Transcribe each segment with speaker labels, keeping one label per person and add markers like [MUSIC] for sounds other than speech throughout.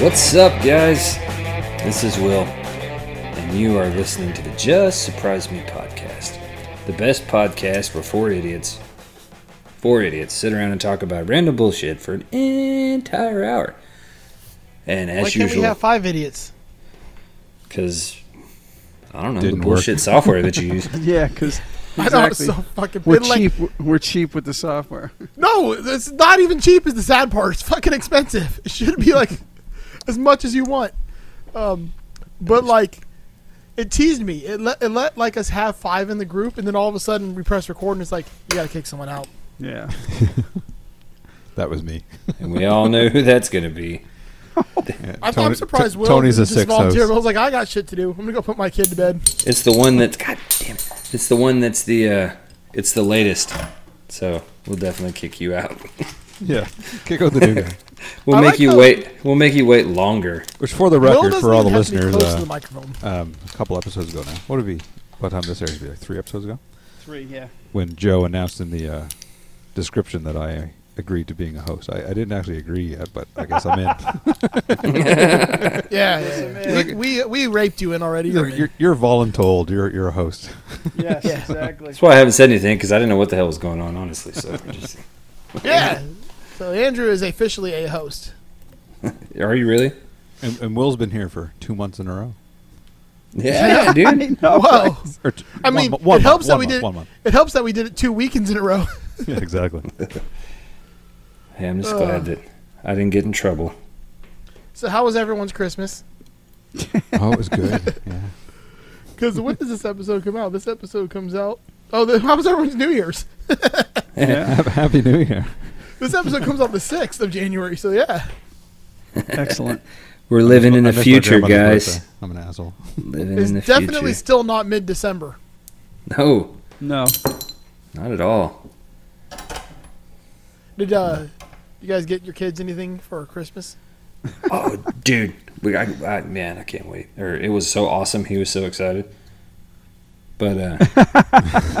Speaker 1: What's up, guys? This is Will, and you are listening to the Just Surprise Me podcast, the best podcast where four idiots, four idiots, sit around and talk about random bullshit for an entire hour. And as
Speaker 2: Why can't we
Speaker 1: usual,
Speaker 2: have five [LAUGHS] idiots?
Speaker 1: because I don't know
Speaker 3: Didn't
Speaker 1: the
Speaker 3: work.
Speaker 1: bullshit software that you
Speaker 3: [LAUGHS]
Speaker 1: use.
Speaker 4: Yeah, [LAUGHS] because
Speaker 2: I know it's
Speaker 4: exactly.
Speaker 2: so fucking
Speaker 4: we're
Speaker 2: big. Like,
Speaker 4: cheap. We're cheap with the software.
Speaker 2: no, it's not even cheap. Is the sad part? It's fucking expensive. It should be like [LAUGHS] as much as you want. Um, but like, it teased me. It let it let like us have five in the group, and then all of a sudden we press record, and it's like we gotta kick someone out.
Speaker 4: [LAUGHS] Yeah,
Speaker 3: That was me.
Speaker 1: and we all know who that's going to be.
Speaker 2: I'm,
Speaker 3: Tony-
Speaker 2: I'm surprised.
Speaker 3: T-
Speaker 2: Will
Speaker 3: Tony's a
Speaker 2: just
Speaker 3: sixth
Speaker 2: volunteered.
Speaker 3: host.
Speaker 2: I was like, I got shit to do. I'm gonna go put my kid to bed.
Speaker 1: It's the one that's God damn it! It's the one that's the uh, it's the latest. So we'll definitely kick you out.
Speaker 3: Yeah, kick out the new
Speaker 2: [LAUGHS]
Speaker 3: guy.
Speaker 1: We'll
Speaker 2: I
Speaker 1: make
Speaker 2: like
Speaker 1: you
Speaker 2: how-
Speaker 1: wait. We'll make you wait longer.
Speaker 3: Which, for the
Speaker 2: Will
Speaker 3: record,
Speaker 2: doesn't
Speaker 3: for all the
Speaker 2: even have to be
Speaker 3: listeners,
Speaker 2: close to the
Speaker 3: uh, [LAUGHS]
Speaker 2: microphone.
Speaker 3: um, a couple episodes ago now. What would it be? By the time this airs, it'd be like three episodes ago.
Speaker 4: three. [LAUGHS] Yeah,
Speaker 3: When Joe announced in the uh, description that I agreed to being a host, I, I didn't actually agree yet, but I guess I'm in.
Speaker 2: Yeah, yeah, yeah. We, we we raped [LAUGHS] you in already.
Speaker 3: you're,
Speaker 2: Ermin.
Speaker 3: you're, you're voluntold. You're you're a host.
Speaker 4: yes, [LAUGHS] exactly.
Speaker 1: That's why I haven't said anything because I didn't know what the hell was going on, honestly. So, we're just, [LAUGHS]
Speaker 2: yeah. So Andrew is officially a host.
Speaker 1: are you really?
Speaker 3: And, and Will's been here for two months in a row.
Speaker 1: Yeah, dude.
Speaker 2: Whoa.
Speaker 3: Or t-
Speaker 2: I
Speaker 3: one
Speaker 2: mean,
Speaker 3: mo- one
Speaker 2: it helps
Speaker 3: month,
Speaker 2: that
Speaker 3: one
Speaker 2: we
Speaker 3: month,
Speaker 2: did.
Speaker 3: one month. [LAUGHS]
Speaker 2: It helps that we did it two weekends in a row. [LAUGHS]
Speaker 3: Yeah, exactly.
Speaker 1: Hey, I'm just
Speaker 2: Ugh.
Speaker 1: glad that I didn't get in trouble.
Speaker 2: So how was everyone's Christmas?
Speaker 3: [LAUGHS] oh, it was good. Yeah.
Speaker 2: Because when does this episode come out? This episode comes out. Oh, the, how was everyone's New Year's?
Speaker 3: Ha- [LAUGHS] Happy New Year.
Speaker 2: This episode comes out the sixth of January. So yeah,
Speaker 4: Excellent.
Speaker 1: We're living in the
Speaker 3: I missed my
Speaker 1: future,
Speaker 3: grandmother's
Speaker 1: guys.
Speaker 3: birthday. I'm an asshole.
Speaker 1: Living
Speaker 2: it's
Speaker 1: in the
Speaker 2: definitely
Speaker 1: future.
Speaker 2: still not mid December.
Speaker 1: no,
Speaker 4: No,
Speaker 1: not at all.
Speaker 2: Did uh, you guys get your kids anything for Christmas?
Speaker 1: Oh, dude. We, I, I, man, I can't wait. Or it was so awesome. He was so excited. But uh, [LAUGHS]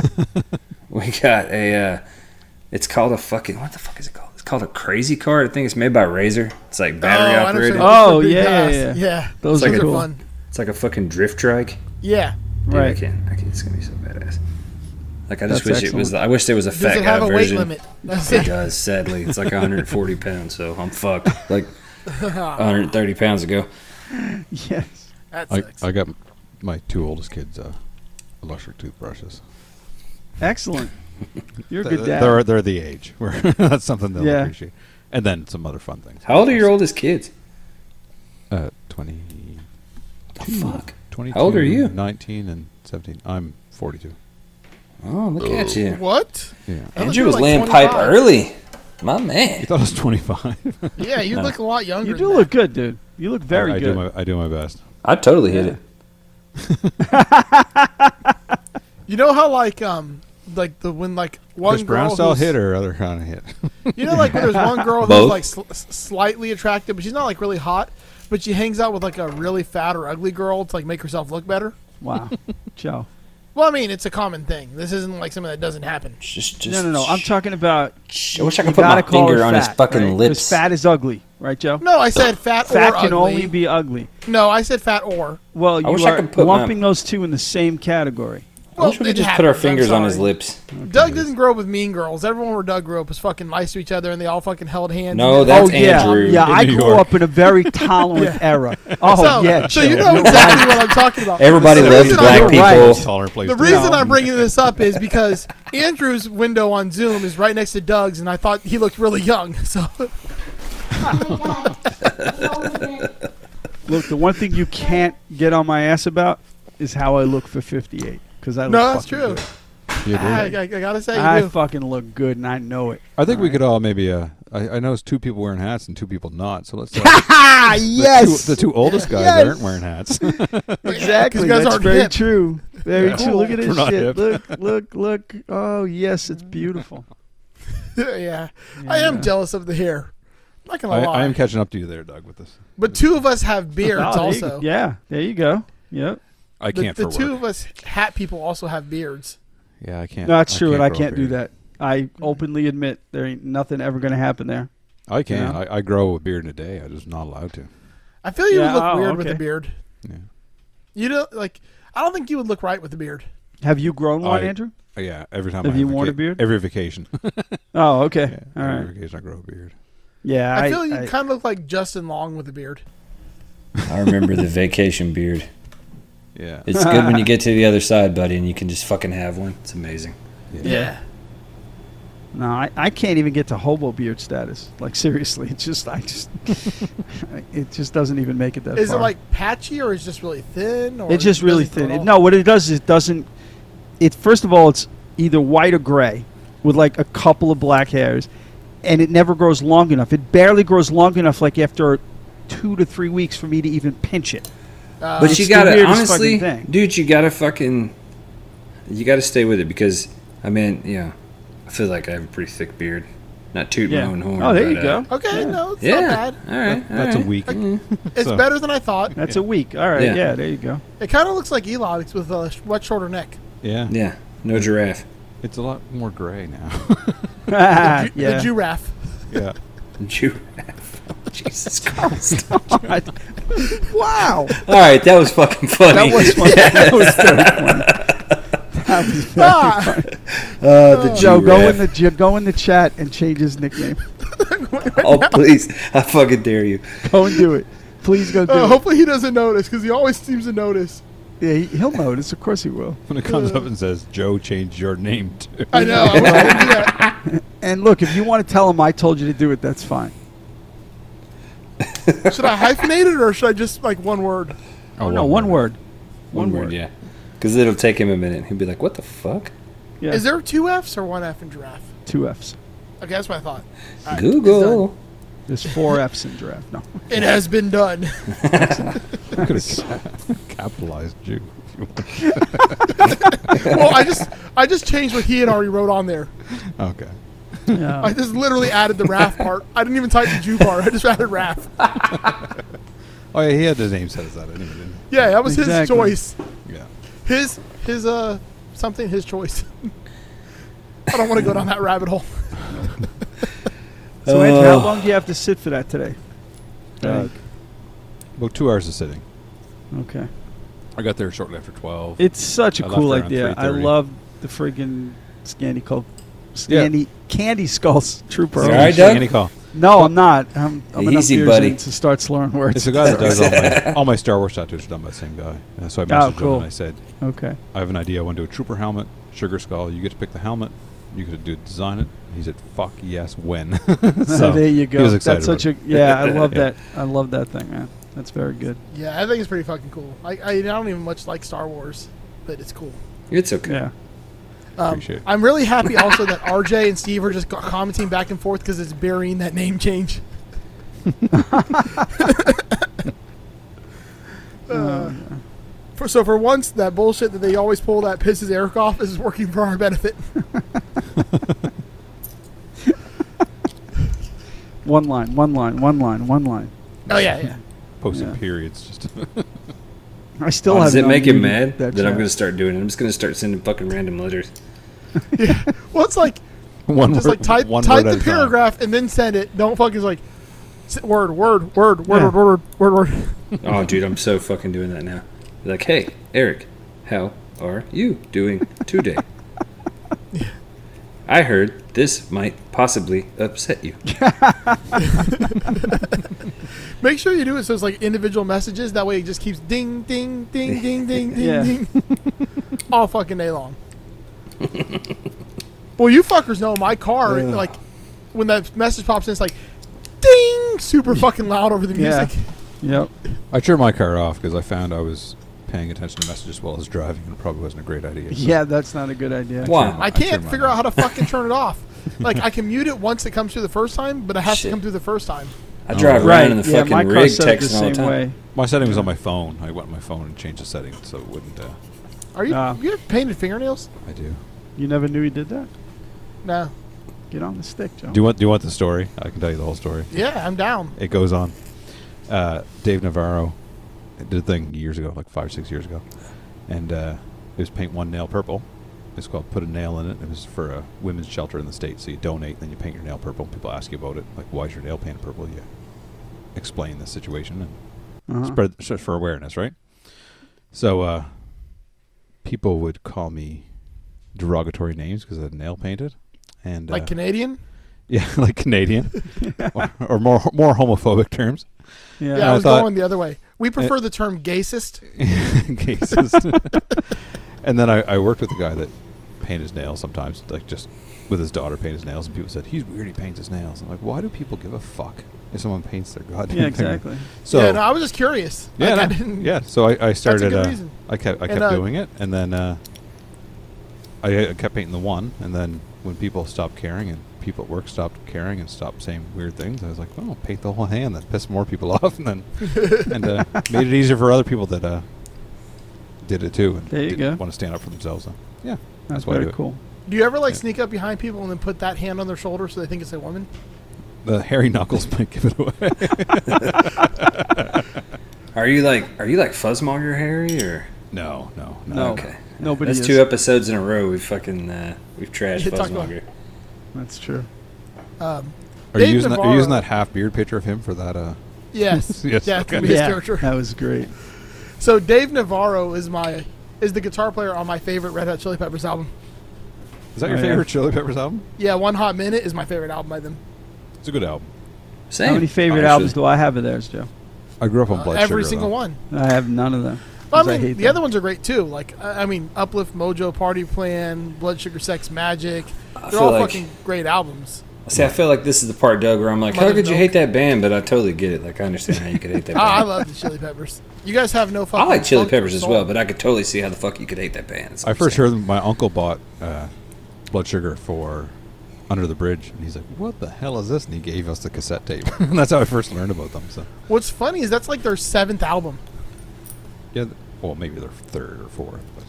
Speaker 1: we got a. Uh, it's called a fucking. What the fuck is it called? It's called a crazy card. I think it's made by Razor. It's like battery
Speaker 2: oh, I
Speaker 1: operated.
Speaker 2: understand.
Speaker 4: Oh,
Speaker 2: Big
Speaker 4: yeah,
Speaker 2: pass.
Speaker 4: yeah, yeah.
Speaker 2: yeah.
Speaker 4: those
Speaker 1: It's
Speaker 4: are
Speaker 1: like a-
Speaker 4: cool.
Speaker 2: Fun.
Speaker 1: It's like a fucking drift trike.
Speaker 2: Yeah.
Speaker 1: Dude, I [LAUGHS]
Speaker 4: Right.
Speaker 1: can't. I can't. It's gonna be so badass. Like I just
Speaker 4: That's
Speaker 1: wish it was. I wish there was a
Speaker 2: Does
Speaker 1: fat
Speaker 2: it
Speaker 1: guy
Speaker 2: have a weight
Speaker 1: version.
Speaker 2: limit?
Speaker 1: [LAUGHS]
Speaker 2: That's
Speaker 1: It
Speaker 2: it.
Speaker 1: does. Sadly, it's like 140 pounds. So I'm fucked. Like
Speaker 2: [LAUGHS]
Speaker 1: 130 pounds ago.
Speaker 4: Yes.
Speaker 2: That
Speaker 3: I,
Speaker 2: sucks.
Speaker 3: I got my two oldest kids uh, electric toothbrushes.
Speaker 4: Excellent. You're a
Speaker 3: Th-
Speaker 4: good
Speaker 3: th-
Speaker 4: dad.
Speaker 3: They're they're the age [LAUGHS] where that's something they'll
Speaker 4: Yeah.
Speaker 3: appreciate. And then some other fun things.
Speaker 1: How old are your oldest kids?
Speaker 3: Uh, 20,
Speaker 1: Fuck.
Speaker 3: 22,
Speaker 1: How old are you?
Speaker 3: 19 and 17. I'm 42.
Speaker 1: Oh, look at you.
Speaker 2: what?
Speaker 3: Yeah. [LAUGHS]
Speaker 2: I thought
Speaker 1: Andrew
Speaker 2: you were
Speaker 1: was
Speaker 2: like
Speaker 1: laying pipe
Speaker 2: 25.
Speaker 1: early. My
Speaker 3: You
Speaker 1: man.
Speaker 3: thought I was 25.
Speaker 2: Yeah, you
Speaker 1: No.
Speaker 2: look a lot younger.
Speaker 4: you
Speaker 2: than
Speaker 4: do
Speaker 2: that.
Speaker 4: look good, dude. You look very
Speaker 3: I, [LAUGHS] I
Speaker 4: good.
Speaker 3: Do my, I do my best.
Speaker 1: I totally hit it.
Speaker 2: You know how like um like the when like one
Speaker 3: Chris Brown
Speaker 2: girl
Speaker 3: style
Speaker 2: who's-
Speaker 3: hit or other kind of hit?
Speaker 2: You know like when
Speaker 3: [LAUGHS]
Speaker 2: there's one girl who's
Speaker 1: Both.
Speaker 2: like sl- s- slightly attractive, but she's not like really hot, but she hangs out with like a really fat or ugly girl to like make herself look better.
Speaker 4: [LAUGHS] wow. Joe.
Speaker 2: Well, I mean, it's a common thing. This isn't like something that doesn't happen.
Speaker 1: Just, [LAUGHS] just.
Speaker 4: No, no, no. I'm talking about.
Speaker 1: I wish I
Speaker 4: you
Speaker 1: could put my
Speaker 4: gotta call her
Speaker 1: finger on his
Speaker 4: fat,
Speaker 1: fucking
Speaker 4: right? 'Cause
Speaker 1: lips.
Speaker 4: Fat is ugly, right, Joe?
Speaker 2: No, I said fat,
Speaker 4: fat
Speaker 2: or
Speaker 4: can
Speaker 2: ugly.
Speaker 4: only be ugly.
Speaker 2: no, I said fat or.
Speaker 4: Well,
Speaker 1: I wish
Speaker 4: you
Speaker 1: I
Speaker 4: are
Speaker 1: could put my-
Speaker 4: lumping those two in the same category.
Speaker 1: I wish we could
Speaker 2: it
Speaker 1: just put our
Speaker 2: happens, I'm
Speaker 1: fingers on his
Speaker 2: sorry.
Speaker 1: lips.
Speaker 2: Doug didn't grow up with mean girls. Everyone where Doug grew up was fucking nice to each other, and they all fucking held hands.
Speaker 1: No,
Speaker 2: And-
Speaker 1: that's
Speaker 4: oh yeah,
Speaker 1: Andrew.
Speaker 4: yeah. I
Speaker 3: New
Speaker 4: grew
Speaker 3: York.
Speaker 4: up in a very tolerant era. Oh
Speaker 2: so,
Speaker 4: yeah,
Speaker 2: so
Speaker 4: Joe.
Speaker 1: [LAUGHS]
Speaker 2: you know exactly what I'm talking about.
Speaker 1: Everybody
Speaker 2: The
Speaker 1: loves
Speaker 2: reason I
Speaker 1: black
Speaker 2: grew up-
Speaker 1: people.
Speaker 4: right.
Speaker 3: Taller place.
Speaker 2: The
Speaker 3: to-
Speaker 2: reason
Speaker 4: No.
Speaker 2: I'm bringing this up
Speaker 4: [LAUGHS]
Speaker 2: is because Andrew's window on Zoom is right next to Doug's, and I thought he looked really young. [LAUGHS] So
Speaker 4: Look, the one thing you can't get on my ass about is how I look for 58. Because I look
Speaker 2: no, that's
Speaker 4: fucking
Speaker 2: true.
Speaker 4: good.
Speaker 3: You do.
Speaker 2: I, I- I gotta say,
Speaker 4: I
Speaker 2: you do.
Speaker 4: fucking look good, and I know it.
Speaker 3: I think we could all maybe. Uh, I, I noticed two people wearing hats and two people not. So let's. Uh,
Speaker 4: Ah,
Speaker 3: the two-
Speaker 4: yes,
Speaker 3: the two oldest guys
Speaker 4: Yes.
Speaker 3: aren't wearing hats.
Speaker 4: exactly.
Speaker 2: 'Cause you guys
Speaker 4: that's
Speaker 2: aren't
Speaker 4: very
Speaker 2: hip.
Speaker 4: true. Very
Speaker 3: Yeah.
Speaker 4: true. Look at this
Speaker 3: We're not
Speaker 4: shit.
Speaker 3: hip.
Speaker 4: Look, look, look. Oh yes, it's beautiful.
Speaker 2: [LAUGHS] yeah. I am jealous of the hair. I'm not gonna
Speaker 3: I,
Speaker 2: lie.
Speaker 3: I am catching up to you there, Doug, with this.
Speaker 2: but two of us have beards
Speaker 4: [LAUGHS] Oh, there you-
Speaker 2: also.
Speaker 4: yeah, there you go. Yep.
Speaker 3: I
Speaker 2: The,
Speaker 3: can't
Speaker 2: the
Speaker 3: for
Speaker 2: two
Speaker 3: work.
Speaker 2: of us hat people also have beards.
Speaker 3: Yeah, I can't.
Speaker 4: No, that's true, and I
Speaker 3: grow a
Speaker 4: can't do
Speaker 3: beard.
Speaker 4: that. I openly admit there ain't nothing ever going to happen there.
Speaker 3: I can.
Speaker 4: know?
Speaker 3: I, I grow a beard in a day. I'm just not allowed to.
Speaker 2: I feel you
Speaker 4: Yeah,
Speaker 2: would look
Speaker 4: oh,
Speaker 2: weird with a
Speaker 4: okay.
Speaker 2: beard.
Speaker 3: Yeah.
Speaker 2: You know, like I don't think you would look right with a beard.
Speaker 4: Have you grown one,
Speaker 3: I-
Speaker 4: Andrew?
Speaker 3: Oh, yeah, every time
Speaker 4: Have
Speaker 3: I
Speaker 4: you worn a
Speaker 3: vaca-
Speaker 4: beard?
Speaker 3: Every vacation.
Speaker 4: Oh, okay.
Speaker 3: Yeah,
Speaker 4: All
Speaker 3: every
Speaker 4: right.
Speaker 3: vacation I grow a beard.
Speaker 4: Yeah,
Speaker 2: I,
Speaker 4: I,
Speaker 2: feel you
Speaker 4: I-
Speaker 2: kind of look like Justin Long with a beard.
Speaker 1: I remember the vacation beard.
Speaker 3: Yeah.
Speaker 1: It's good when you get to the other side, buddy, and you can just fucking have one. It's amazing.
Speaker 4: no, I, I can't even get to hobo beard status. Like seriously, [LAUGHS] it's just I just it just doesn't even make it that
Speaker 2: Is
Speaker 4: far.
Speaker 2: it like patchy or is it just really thin? Or
Speaker 4: It's just really
Speaker 2: doesn't grow
Speaker 4: thin.
Speaker 2: at
Speaker 4: It-
Speaker 2: all?
Speaker 4: no, what it does is it doesn't. It first of all, it's either white or gray, with like a couple of black hairs, and it never grows long enough. It barely grows long enough, like after two to three weeks, for me to even pinch it.
Speaker 2: Uh,
Speaker 1: But
Speaker 4: it's
Speaker 1: you
Speaker 4: the
Speaker 1: gotta
Speaker 4: weirdest
Speaker 1: honestly,
Speaker 4: fucking thing.
Speaker 1: dude, you gotta fucking, you gotta stay with it because I mean, yeah, I feel like I have a pretty thick beard. Not toot
Speaker 4: Yeah.
Speaker 1: my own horn.
Speaker 4: Oh, there
Speaker 1: but,
Speaker 4: you
Speaker 1: uh,
Speaker 4: go.
Speaker 2: okay,
Speaker 4: Yeah.
Speaker 2: no, it's not
Speaker 1: Yeah.
Speaker 2: bad.
Speaker 1: All right. all
Speaker 3: That's
Speaker 1: right.
Speaker 3: a week.
Speaker 2: It's
Speaker 3: So-
Speaker 2: better than I thought.
Speaker 4: That's a week. All right.
Speaker 1: Yeah.
Speaker 4: Yeah. there you go.
Speaker 2: It kind of looks like Eli, it's with a sh- much shorter neck.
Speaker 3: Yeah.
Speaker 1: Yeah. No
Speaker 4: [LAUGHS]
Speaker 1: giraffe.
Speaker 3: It's a lot more gray now. [LAUGHS]
Speaker 4: yeah.
Speaker 2: Ju- The
Speaker 4: [LAUGHS]
Speaker 2: giraffe.
Speaker 3: yeah.
Speaker 1: Giraffe. Jesus Christ.
Speaker 4: [LAUGHS] wow.
Speaker 2: Ah!
Speaker 1: all right, that was fucking funny. [LAUGHS]
Speaker 4: That was funny. that was very funny. That was very
Speaker 2: Ah!
Speaker 4: funny.
Speaker 1: uh, the
Speaker 4: Joe, go in
Speaker 1: giraffe.
Speaker 4: the ju- go in the chat and change his nickname.
Speaker 1: [LAUGHS]
Speaker 4: [LAUGHS]
Speaker 1: Oh please, I fucking dare you.
Speaker 4: Go and do it. Please go do
Speaker 2: Uh,
Speaker 4: it.
Speaker 2: hopefully he doesn't notice because he always seems to notice.
Speaker 4: Yeah, he- he'll notice. Of course he will.
Speaker 3: When it comes up and says, Joe changed your name to. [LAUGHS]
Speaker 2: I know. I wish I could do that.
Speaker 4: And look, if you want to tell him I told you to do it, that's fine.
Speaker 2: Should I hyphenate it or should I just like one word?
Speaker 3: Oh,
Speaker 4: no, one word.
Speaker 1: One word, yeah. Because it'll take him a minute. He'll be like, "What the fuck?"
Speaker 4: Yeah.
Speaker 2: Is there two F's or one F in giraffe?
Speaker 4: two F's?
Speaker 2: Okay, that's what I thought. All right,
Speaker 1: Google.
Speaker 4: There's [LAUGHS] four F's in draft. No.
Speaker 2: it's done. It has been done.
Speaker 3: Could have [LAUGHS] capitalized Jew. if you want.
Speaker 2: well, Oh, I just I just changed what he had already wrote on there.
Speaker 3: okay.
Speaker 2: I just literally added the raff part. I didn't even type the Jew part. I just added raff.
Speaker 3: Oh, yeah, he had his name set aside anyway, didn't
Speaker 2: Yeah, that was his
Speaker 4: Exactly.
Speaker 2: choice.
Speaker 3: he? Yeah.
Speaker 2: His his uh something his choice. [LAUGHS] I don't want to go down that rabbit hole.
Speaker 4: so, Andrew, how
Speaker 1: Oh.
Speaker 4: long do you have to sit for that today?
Speaker 3: Uh, about two hours of sitting.
Speaker 4: okay.
Speaker 3: I got there shortly after 12.
Speaker 4: It's such a
Speaker 3: I left
Speaker 4: cool
Speaker 3: around
Speaker 4: idea. I
Speaker 3: 3:30.
Speaker 4: love the friggin' Scandy Cult.
Speaker 3: Yeah.
Speaker 4: Scandy Candy Skulls Trooper.
Speaker 1: All right, Doug?
Speaker 3: Any call.
Speaker 4: No, I'm not. I'm, I'm enough
Speaker 1: Easy,
Speaker 4: beers
Speaker 1: buddy.
Speaker 4: in to start slurring words.
Speaker 3: It's the guy that does all my, all my Star Wars tattoos are done by the same guy. And so I messaged him
Speaker 4: cool.
Speaker 3: and I said,
Speaker 4: [LAUGHS] okay.
Speaker 3: I have an idea. I want to do a trooper helmet, sugar skull. You get to pick the helmet. You get to do design it. He said, "Fuck yes, when?" [LAUGHS] so
Speaker 4: there you go.
Speaker 3: He was excited.
Speaker 4: That's such
Speaker 3: about
Speaker 4: a
Speaker 3: it.
Speaker 4: yeah.
Speaker 1: [LAUGHS]
Speaker 4: I love
Speaker 3: Yeah.
Speaker 4: that. I love that thing, man. That's very good.
Speaker 2: Yeah, I think it's pretty fucking cool. I, I don't even much like Star Wars, but it's cool.
Speaker 1: It's okay.
Speaker 4: Yeah.
Speaker 2: Um,
Speaker 3: Appreciate it.
Speaker 2: I'm really [LAUGHS] happy also that RJ and Steve are just co- commenting back and forth because it's burying that name change. [LAUGHS] Uh, for, so for once, that bullshit that they always pull that pisses Eric off is working for our benefit.
Speaker 4: One line. One line. One line. One line.
Speaker 2: Oh yeah, yeah.
Speaker 3: posting
Speaker 4: Yeah.
Speaker 3: periods. Just [LAUGHS]
Speaker 4: I still have.
Speaker 1: Does it
Speaker 4: not
Speaker 1: make him
Speaker 4: muted
Speaker 1: mad that, I'm
Speaker 4: chat.
Speaker 1: going to start doing it? I'm just going to start sending fucking random
Speaker 4: [LAUGHS]
Speaker 1: letters.
Speaker 2: [LAUGHS] Well, it's like
Speaker 3: one
Speaker 2: just
Speaker 3: word.
Speaker 2: like type
Speaker 3: one
Speaker 2: type
Speaker 3: word
Speaker 2: the
Speaker 3: at a time.
Speaker 2: paragraph and then send it. Don't fucking like s- word word word word
Speaker 4: Yeah.
Speaker 2: word word word word. [LAUGHS]
Speaker 1: Oh, dude, I'm so fucking doing that now. Be like, hey, Eric, how are you doing
Speaker 4: [LAUGHS]
Speaker 1: today? I heard this might possibly upset you.
Speaker 2: Make sure you do it so it's like individual messages. That way it just keeps ding, ding, ding, ding, ding,
Speaker 3: [LAUGHS]
Speaker 2: ding,
Speaker 4: Yeah.
Speaker 2: ding. [LAUGHS] All fucking day long. [LAUGHS] well, you fuckers know my car,
Speaker 1: Yeah.
Speaker 2: like, when that message pops in, it's like, ding, super fucking loud over the
Speaker 4: Yeah.
Speaker 2: music.
Speaker 3: Oh,
Speaker 4: Yep.
Speaker 3: I turned my car off because I found I was paying attention to messages while I was driving, and it probably wasn't a great idea. So
Speaker 4: Yeah, that's not a good idea.
Speaker 1: Why?
Speaker 2: I
Speaker 3: I turn
Speaker 2: can't
Speaker 3: mine
Speaker 2: figure out
Speaker 3: off.
Speaker 2: how
Speaker 3: [LAUGHS]
Speaker 2: to fucking turn it off. Like, I can mute it once it comes through the first time, but it has
Speaker 1: Shit.
Speaker 2: to come through the first time.
Speaker 4: [LAUGHS]
Speaker 1: I drive
Speaker 4: Right.
Speaker 1: around in the
Speaker 4: yeah, my
Speaker 1: fucking
Speaker 4: car
Speaker 1: rig
Speaker 4: set up the
Speaker 1: texting all the
Speaker 4: same
Speaker 1: time.
Speaker 4: way.
Speaker 3: My setting was on my phone. I went on my phone and changed the setting so it wouldn't. Uh,
Speaker 2: Are you,
Speaker 4: Ah.
Speaker 2: you have painted fingernails?
Speaker 3: I do.
Speaker 4: You never knew he did that.
Speaker 2: No.
Speaker 4: Get on the stick, Joe.
Speaker 3: Do you want? Do you want the story? I can tell you the whole story.
Speaker 2: Yeah, I'm down.
Speaker 3: it goes on. Uh, Dave Navarro did a thing years ago, like five or six years ago, and uh, it was paint one nail purple. It's called put a nail in it. It was for a women's shelter in the states. So you donate, then you paint your nail purple. People ask you about it, like why is your nail painted purple? You explain the situation, and spread it's just for awareness, right? So uh, people would call me derogatory names because I had nail painted, and
Speaker 2: Like
Speaker 3: uh,
Speaker 2: Canadian?
Speaker 3: yeah, [LAUGHS] like
Speaker 4: [LAUGHS]
Speaker 3: Canadian, or, or more more homophobic terms. [LAUGHS]
Speaker 4: Yeah.
Speaker 2: Yeah, I
Speaker 3: I
Speaker 2: was
Speaker 3: thought-
Speaker 2: going the other way. We prefer the term gaysist.
Speaker 4: [LAUGHS]
Speaker 3: cases. and then I, I worked with a guy that painted his nails sometimes, like just with his daughter paint his nails, and people said he's weird. He paints his nails. I'm like, why do people give a fuck if someone paints their goddamn?
Speaker 4: [LAUGHS] Yeah,
Speaker 1: [LAUGHS]
Speaker 3: thing?"
Speaker 4: exactly.
Speaker 3: So
Speaker 2: yeah, no, I was just curious.
Speaker 3: yeah,
Speaker 2: Like, I
Speaker 3: no,
Speaker 2: didn't-
Speaker 3: yeah. So I, I started.
Speaker 2: good
Speaker 3: uh,
Speaker 2: reason.
Speaker 3: I kept I
Speaker 2: And,
Speaker 3: kept
Speaker 2: uh,
Speaker 3: doing it, and then uh, I, I kept painting the one, and then when people stopped caring and people at work stopped caring and stopped saying weird things, I was like, oh, paint the whole hand. That pissed more people [LAUGHS] off, and then
Speaker 2: [LAUGHS]
Speaker 3: and uh, made it easier for other people that uh, did it too and
Speaker 4: There you go.
Speaker 3: want to stand up for themselves. So, yeah,
Speaker 4: That's
Speaker 3: why I do
Speaker 4: very
Speaker 3: it.
Speaker 4: cool.
Speaker 2: Do you ever like
Speaker 3: Yeah.
Speaker 2: sneak up behind people and then put that hand on their shoulder so they think it's a woman?
Speaker 3: The hairy knuckles [LAUGHS] might give it away.
Speaker 1: Are you like are you like Fuzzmonger Harry or
Speaker 3: no, no, no.
Speaker 4: No.
Speaker 1: okay?
Speaker 4: Nobody
Speaker 1: That's
Speaker 4: is.
Speaker 1: two episodes in a row we've fucking uh, we've trashed
Speaker 2: Yeah, talk about-
Speaker 1: Fuzzmonger.
Speaker 4: That's true.
Speaker 2: Um,
Speaker 3: Are you
Speaker 2: Dave
Speaker 3: using that, are you using
Speaker 2: Navarro-
Speaker 3: that half beard picture of him for that? Uh,
Speaker 2: yes.
Speaker 3: [LAUGHS] Yes,
Speaker 2: Yeah, it's
Speaker 3: okay.
Speaker 2: gonna be his character.
Speaker 4: that was great.
Speaker 2: So Dave Navarro is my is the guitar player on my favorite Red Hot Chili Peppers album.
Speaker 3: is that
Speaker 4: Oh,
Speaker 3: your
Speaker 4: yeah.
Speaker 3: favorite Chili Peppers album?
Speaker 2: Yeah, One Hot Minute is my favorite album by them.
Speaker 3: It's a good album.
Speaker 1: Same.
Speaker 4: How many favorite
Speaker 1: Honestly.
Speaker 4: albums do I have of theirs, Joe?
Speaker 3: I grew up on
Speaker 2: Uh,
Speaker 3: blood
Speaker 2: every
Speaker 3: sugar,
Speaker 2: single
Speaker 3: though.
Speaker 2: one.
Speaker 4: I have none of them.
Speaker 2: I
Speaker 4: 'cause
Speaker 2: mean,
Speaker 4: hate
Speaker 2: the
Speaker 4: them.
Speaker 2: other ones are great too. Like, I I mean, Uplift, Mojo, Party Plan, Blood Sugar, Sex Magic. They're
Speaker 1: feel
Speaker 2: all
Speaker 1: like-
Speaker 2: fucking great albums.
Speaker 1: See, I feel like this is the part, Doug, where I'm like, how
Speaker 2: Mother's
Speaker 1: could you
Speaker 2: milk.
Speaker 1: hate that band? But I totally get it. Like, I understand how you could hate
Speaker 2: [LAUGHS]
Speaker 1: that
Speaker 2: I, Ah, I
Speaker 1: band.
Speaker 2: love the Chili Peppers. You guys have no
Speaker 1: I
Speaker 2: fucking.
Speaker 1: like Chili
Speaker 2: funk or
Speaker 1: Peppers as
Speaker 2: soul.
Speaker 1: well, but I could totally see how the fuck you could hate that band. That's
Speaker 3: I
Speaker 1: what I'm
Speaker 3: first
Speaker 1: saying.
Speaker 3: heard them- my uncle bought uh, Blood Sugar for Under the Bridge, and he's like, "What the hell is this?" And he gave us the cassette tape, [LAUGHS] and that's how I first learned about them. So,
Speaker 2: What's funny is that's like their seventh album.
Speaker 3: yeah, th- well, maybe their third or fourth. But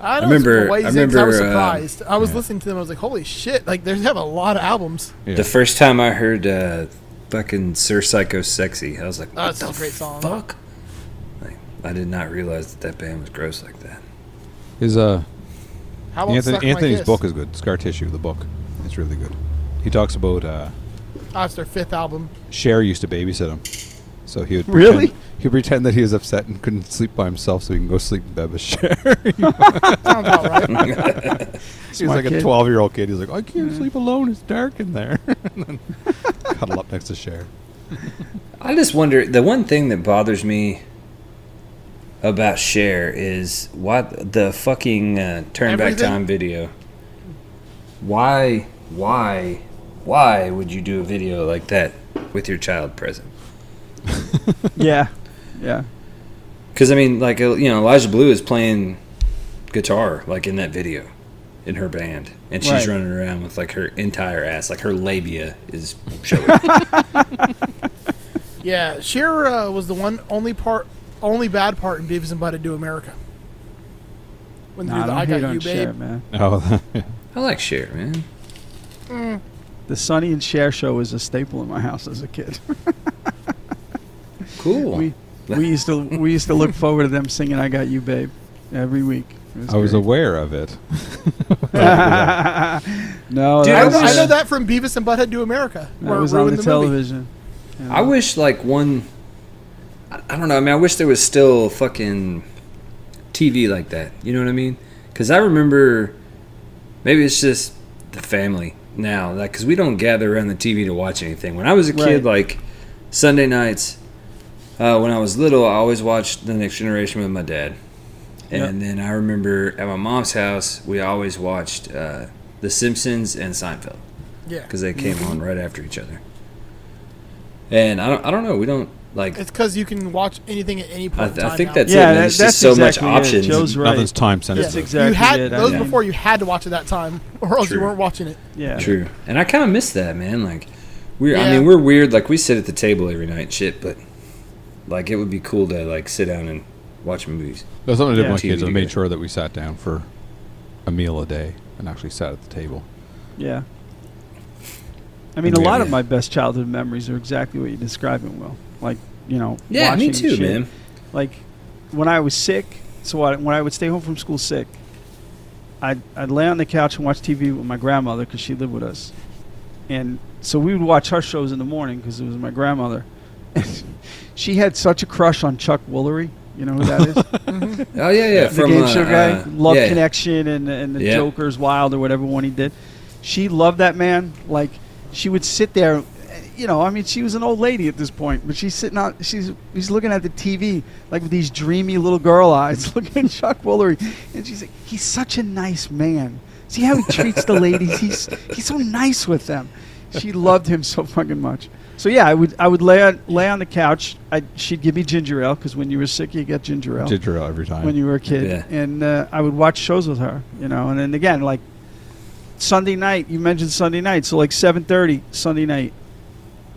Speaker 2: I, know
Speaker 1: I
Speaker 2: it's
Speaker 1: remember-
Speaker 2: a ways
Speaker 1: I
Speaker 2: in, 'cause I was
Speaker 1: remember, uh,
Speaker 2: surprised. I was
Speaker 3: yeah.
Speaker 2: listening to them. I was like, "Holy shit!" Like they have a lot of albums.
Speaker 3: yeah.
Speaker 1: The first time I heard uh, fucking Sir Psycho Sexy, I was like,
Speaker 2: Oh,
Speaker 1: what
Speaker 2: that's
Speaker 1: the
Speaker 2: a great song.
Speaker 1: fuck? Like, I did not realize that that band was gross like that.
Speaker 3: his uh,
Speaker 2: How about Suck
Speaker 3: Anthony,
Speaker 2: My
Speaker 3: Anthony's
Speaker 2: Kiss?
Speaker 3: book is good. Scar Tissue, the book, it's really good. He talks about uh,
Speaker 2: Oh, it's their fifth album. [LAUGHS]
Speaker 3: Cher used to babysit him, so he would
Speaker 4: Really?
Speaker 3: pretend- he'd pretend that he was upset and couldn't sleep by himself, so he can go sleep in bed with Cher.
Speaker 2: Sounds about right.
Speaker 3: He's like a
Speaker 4: kid.
Speaker 3: 12 year old kid. He's like, I can't sleep alone. It's dark in there. [LAUGHS] and
Speaker 4: [LAUGHS]
Speaker 3: then cuddle up next to Cher.
Speaker 1: I just wonder the one thing that bothers me about Cher is why the fucking uh, turn back
Speaker 2: Everything?
Speaker 1: time video. Why, why, why would you do a video like that with your child present?
Speaker 4: Yeah, yeah.
Speaker 1: Because I mean, like uh, you know, Elijah Blue is playing guitar like in that video, in her band, and she's
Speaker 4: Right.
Speaker 1: running around with like her entire ass, like her labia is showing.
Speaker 2: Yeah, Cher uh, was the one only part, only bad part in Beavis and Butthead Do America. When they
Speaker 4: Nah, I
Speaker 2: do the I, Got
Speaker 4: don't hate on
Speaker 2: You
Speaker 4: Cher,
Speaker 2: Babe.
Speaker 4: man.
Speaker 3: Oh, [LAUGHS]
Speaker 1: I like Cher, man.
Speaker 4: The Sonny and Cher show was a staple in my house as a kid.
Speaker 1: Cool.
Speaker 4: we we used to we used to look forward to them singing "I Got You, Babe" every week. It
Speaker 3: I was
Speaker 4: great.
Speaker 3: aware of it.
Speaker 4: no,
Speaker 1: Dude,
Speaker 4: that
Speaker 2: I,
Speaker 4: was,
Speaker 2: know, I
Speaker 4: uh,
Speaker 2: know that from Beavis and Butthead Do America.
Speaker 4: that
Speaker 2: where it
Speaker 4: was on
Speaker 2: ruined
Speaker 4: the,
Speaker 2: movie.
Speaker 4: television.
Speaker 1: I wish like one. I I don't know. I mean, I wish there was still fucking TV like that. You know what I mean? Because I remember. Maybe it's just the family now, like because we don't gather around the TV to watch anything. When I was a kid,
Speaker 4: Right.
Speaker 1: like Sunday nights, uh, when I was little, I always watched The Next Generation with my dad. And then I remember at my mom's house, we always watched uh, The Simpsons and Seinfeld
Speaker 2: Yeah,
Speaker 1: because they came on right after each other. And I don't, I don't know. We don't like.
Speaker 2: it's because you can watch anything at any point.
Speaker 1: I,
Speaker 2: in
Speaker 1: th- I
Speaker 2: time
Speaker 1: think
Speaker 2: now.
Speaker 1: that's
Speaker 4: Yeah,
Speaker 1: it. man.
Speaker 4: that-
Speaker 1: There's
Speaker 4: that's
Speaker 1: just so
Speaker 4: exactly it.
Speaker 1: much options.
Speaker 4: Joe's right.
Speaker 3: Nothing's time
Speaker 2: yeah.
Speaker 4: That's
Speaker 3: sensitive.
Speaker 4: exactly
Speaker 2: you had
Speaker 4: it, I
Speaker 2: those
Speaker 4: mean.
Speaker 2: before. You had to watch at that time, or else you
Speaker 1: True.
Speaker 2: weren't watching it.
Speaker 4: Yeah,
Speaker 1: True. And I kind of miss that, man. Like, we're. I
Speaker 2: Yeah.
Speaker 1: mean, we're weird. Like, we sit at the table every night, and shit. But like, it would be cool to like sit down and watch movies.
Speaker 3: That was something I did
Speaker 4: Yeah.
Speaker 3: with my kids. I
Speaker 1: TV
Speaker 3: made
Speaker 1: together.
Speaker 3: sure that we sat down for a meal a day and actually sat at the table.
Speaker 4: yeah. I mean, a
Speaker 3: Yeah.
Speaker 4: lot of my best childhood memories are exactly what you're describing, Will. Like, you know,
Speaker 1: Yeah, me
Speaker 4: watching
Speaker 1: too,
Speaker 4: shit.
Speaker 1: man.
Speaker 4: like when I was sick, so I, when I would stay home from school sick, I'd, I'd lay on the couch and watch TV with my grandmother because she lived with us. [LAUGHS] And so we would watch her shows in the morning because it was my grandmother. And She had such a crush on Chuck Woolery. You know who that is?
Speaker 1: Oh yeah, yeah.
Speaker 4: the
Speaker 1: From
Speaker 4: game
Speaker 1: uh,
Speaker 4: show guy,
Speaker 1: uh,
Speaker 4: Love
Speaker 1: yeah.
Speaker 4: Connection, and and the
Speaker 1: Yeah.
Speaker 4: Joker's Wild or whatever one he did. She loved that man. Like she would sit there, you know. I mean, she was an old lady at this point, but she's sitting on. She's she's looking at the TV like with these dreamy little girl eyes, [LAUGHS] looking at Chuck Woolery, and she's like, he's such a nice man. See how he treats the ladies. He's he's so nice with them. She loved him so fucking much. So yeah, I would I would lay on lay on the couch. I, she'd give me ginger ale because when you were sick, you got ginger ale
Speaker 3: Ginger ale every time.
Speaker 4: when you were a kid,
Speaker 1: Yeah.
Speaker 4: and uh, I would watch shows with her, you know. And then again, like Sunday night, you mentioned Sunday night, so like seven thirty Sunday night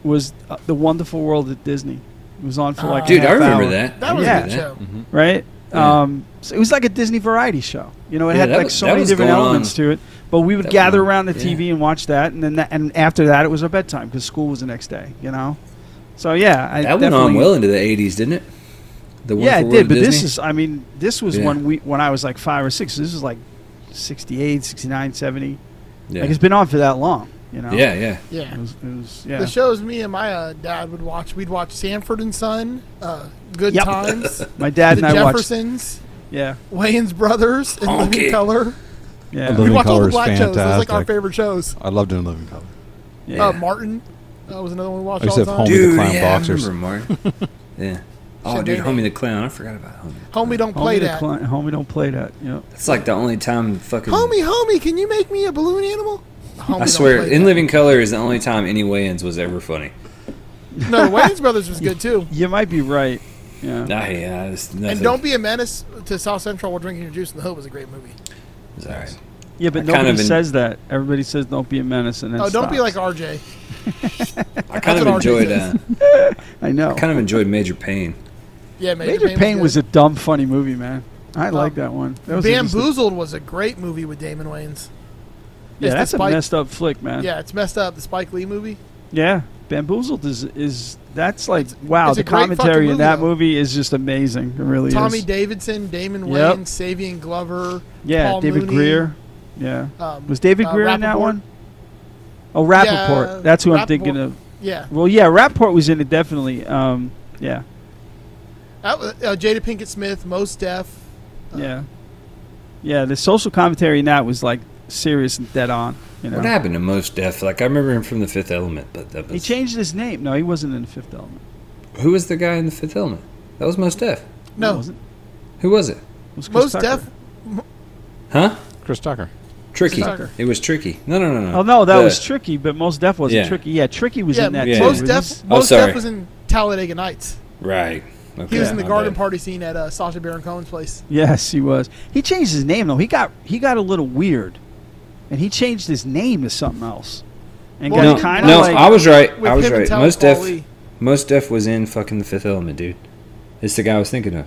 Speaker 4: was uh, the Wonderful World at Disney. It was on for like a
Speaker 1: Dude, I
Speaker 4: half
Speaker 1: remember
Speaker 4: hour,
Speaker 1: that. I
Speaker 2: That was
Speaker 1: remember
Speaker 2: a
Speaker 1: that.
Speaker 2: good show.
Speaker 4: Mm-hmm. right?
Speaker 1: Yeah.
Speaker 4: Um, so it was like a Disney variety show. You know, it
Speaker 1: Yeah,
Speaker 4: had
Speaker 1: that
Speaker 4: like
Speaker 1: was-
Speaker 4: so
Speaker 1: that
Speaker 4: many
Speaker 1: was
Speaker 4: different
Speaker 1: going
Speaker 4: elements
Speaker 1: on-
Speaker 4: to it. But we would
Speaker 1: that
Speaker 4: gather
Speaker 1: was-
Speaker 4: around the
Speaker 1: yeah.
Speaker 4: TV and watch that, and then that, and after that, it was our bedtime because school was the next day. You know, so yeah, I
Speaker 1: That went on
Speaker 4: definitely-
Speaker 1: well into the '80s, didn't it? The Wonderful
Speaker 4: yeah, it
Speaker 1: World
Speaker 4: did.
Speaker 1: of
Speaker 4: But this
Speaker 1: Disney?
Speaker 4: is, I mean, this was
Speaker 1: Yeah.
Speaker 4: when we when I was like five or six. This is like 68, 69, 70.
Speaker 1: yeah,
Speaker 4: Like it's been on for that long, you know.
Speaker 1: yeah, yeah.
Speaker 2: Yeah.
Speaker 4: It was, it was Mm-hmm. yeah.
Speaker 2: The shows me and my uh, dad would watch. We'd watch Sanford and Son, uh, Good
Speaker 4: Yep.
Speaker 2: Times,
Speaker 4: My [LAUGHS] dad
Speaker 2: The
Speaker 4: and I
Speaker 2: Jeffersons,
Speaker 4: watched. Yeah,
Speaker 2: Wayans Brothers, and
Speaker 1: Honky.
Speaker 2: Living Color.
Speaker 4: yeah.
Speaker 3: I
Speaker 2: We
Speaker 3: Living
Speaker 2: watch all
Speaker 3: Color
Speaker 2: the
Speaker 3: is
Speaker 2: black shows. Those are like our
Speaker 3: fantastic.
Speaker 2: favorite shows.
Speaker 3: I loved doing Living Color.
Speaker 4: yeah.
Speaker 2: Uh, Martin uh, was another one we watched
Speaker 3: Except
Speaker 2: all the time.
Speaker 3: Homie the
Speaker 1: Dude,
Speaker 3: Clown
Speaker 1: yeah, I
Speaker 3: Boxers.
Speaker 1: remember
Speaker 2: [LAUGHS]
Speaker 1: Martin. yeah. Oh,
Speaker 2: Should
Speaker 1: dude,
Speaker 2: be.
Speaker 1: Homie the Clown. I forgot about Homie.
Speaker 2: Homie, don't
Speaker 4: Homie
Speaker 2: play
Speaker 4: the
Speaker 2: that.
Speaker 4: Clown- homie, don't play that. You know.
Speaker 1: It's like the only time fucking.
Speaker 2: Homie, homie, can you make me a balloon animal? Homie,
Speaker 1: I
Speaker 2: don't
Speaker 1: swear,
Speaker 2: play
Speaker 1: In
Speaker 2: that.
Speaker 1: Living Color is the only time any Wayans was ever funny.
Speaker 2: no, the Wayans Brothers was good
Speaker 4: [LAUGHS]
Speaker 2: too.
Speaker 4: You might be right. Yeah.
Speaker 1: Nah, yeah, it's nothing.
Speaker 2: And don't be a menace to South Central while drinking your juice in the hood was a great movie.
Speaker 1: It's all
Speaker 2: [LAUGHS]
Speaker 1: right.
Speaker 4: Yeah, but
Speaker 1: I kind
Speaker 4: nobody
Speaker 1: of en-
Speaker 4: says that. Everybody says don't be a menace and then
Speaker 2: Oh, don't be like
Speaker 4: stops.
Speaker 2: RJ.
Speaker 1: I kind of
Speaker 2: what RJ
Speaker 1: enjoyed. Uh,
Speaker 2: says.
Speaker 4: I know.
Speaker 1: I kind of enjoyed Major Pain.
Speaker 2: Yeah, Major, Um,
Speaker 4: Major Pain was a
Speaker 2: good.
Speaker 4: dumb, funny movie, man. I like that one. That was a- just a-
Speaker 2: Bamboozled was a great movie with Damon Wayans.
Speaker 4: Yeah,
Speaker 2: It's the
Speaker 4: that's a
Speaker 2: Spike-
Speaker 4: messed up flick, man.
Speaker 2: Yeah, it's messed up. The Spike Lee movie.
Speaker 4: Yeah, Bamboozled is is that's like wow.
Speaker 2: it's
Speaker 4: the
Speaker 2: a great
Speaker 4: commentary
Speaker 2: fucking
Speaker 4: in that
Speaker 2: movie, though.
Speaker 4: movie is just amazing. It really
Speaker 2: Tommy
Speaker 4: is.
Speaker 2: Davidson, Damon
Speaker 4: Yep.
Speaker 2: Wayans, Savian Glover.
Speaker 4: yeah,
Speaker 2: Paul
Speaker 4: David
Speaker 2: Mooney,
Speaker 4: Greer. Yeah,
Speaker 2: Um,
Speaker 4: was David
Speaker 2: uh,
Speaker 4: Greer in that
Speaker 2: Rappaport.
Speaker 4: one? Oh, Rappaport.
Speaker 2: Yeah,
Speaker 4: that's who I'm
Speaker 2: Rappaport.
Speaker 4: thinking of.
Speaker 2: Yeah,
Speaker 4: Well, yeah, Rappaport was in it definitely. Um, yeah,
Speaker 2: that was, uh, Jada Pinkett Smith, Most Def. Uh,
Speaker 4: yeah, yeah. The social commentary in that was like serious and dead on. You know,
Speaker 1: What happened to Most Def? Like I remember him from The Fifth Element, but that
Speaker 4: he
Speaker 1: was,
Speaker 4: changed his name. No, he wasn't in the Fifth Element.
Speaker 1: who was the guy in The Fifth Element? That was Most Def.
Speaker 4: it
Speaker 2: No,
Speaker 4: wasn't.
Speaker 1: Who was it?
Speaker 4: It was
Speaker 2: Most
Speaker 4: Chris Tucker.
Speaker 2: Def.
Speaker 1: Huh?
Speaker 3: Chris Tucker.
Speaker 1: Tricky.
Speaker 2: Sucker.
Speaker 1: It was tricky. No, no, no, no.
Speaker 4: Oh no, that
Speaker 1: The-
Speaker 4: was tricky, but most def wasn't
Speaker 1: Yeah.
Speaker 4: tricky. Yeah, tricky was
Speaker 2: Yeah,
Speaker 4: in that.
Speaker 1: Yeah.
Speaker 4: too.
Speaker 2: Most
Speaker 4: It was-
Speaker 2: Def.
Speaker 1: Oh,
Speaker 2: Most
Speaker 1: sorry.
Speaker 2: Def was in Talladega Nights.
Speaker 1: Right.
Speaker 2: He was in the
Speaker 1: my
Speaker 2: garden
Speaker 1: bad.
Speaker 2: party scene at uh, Sasha Baron Cohen's place.
Speaker 4: Yes, he was. He changed his name though. He got he got a little weird, and he changed his name to something else, and
Speaker 2: Well,
Speaker 1: No,
Speaker 4: got
Speaker 2: he-
Speaker 4: kind
Speaker 1: no,
Speaker 4: of like
Speaker 1: I was right.
Speaker 2: With
Speaker 1: I was
Speaker 2: him
Speaker 1: right.
Speaker 2: and
Speaker 1: Most
Speaker 2: Talib
Speaker 1: Def,
Speaker 2: Kweli.
Speaker 1: Most Def was in fucking The Fifth Element, dude. It's the guy I was thinking of.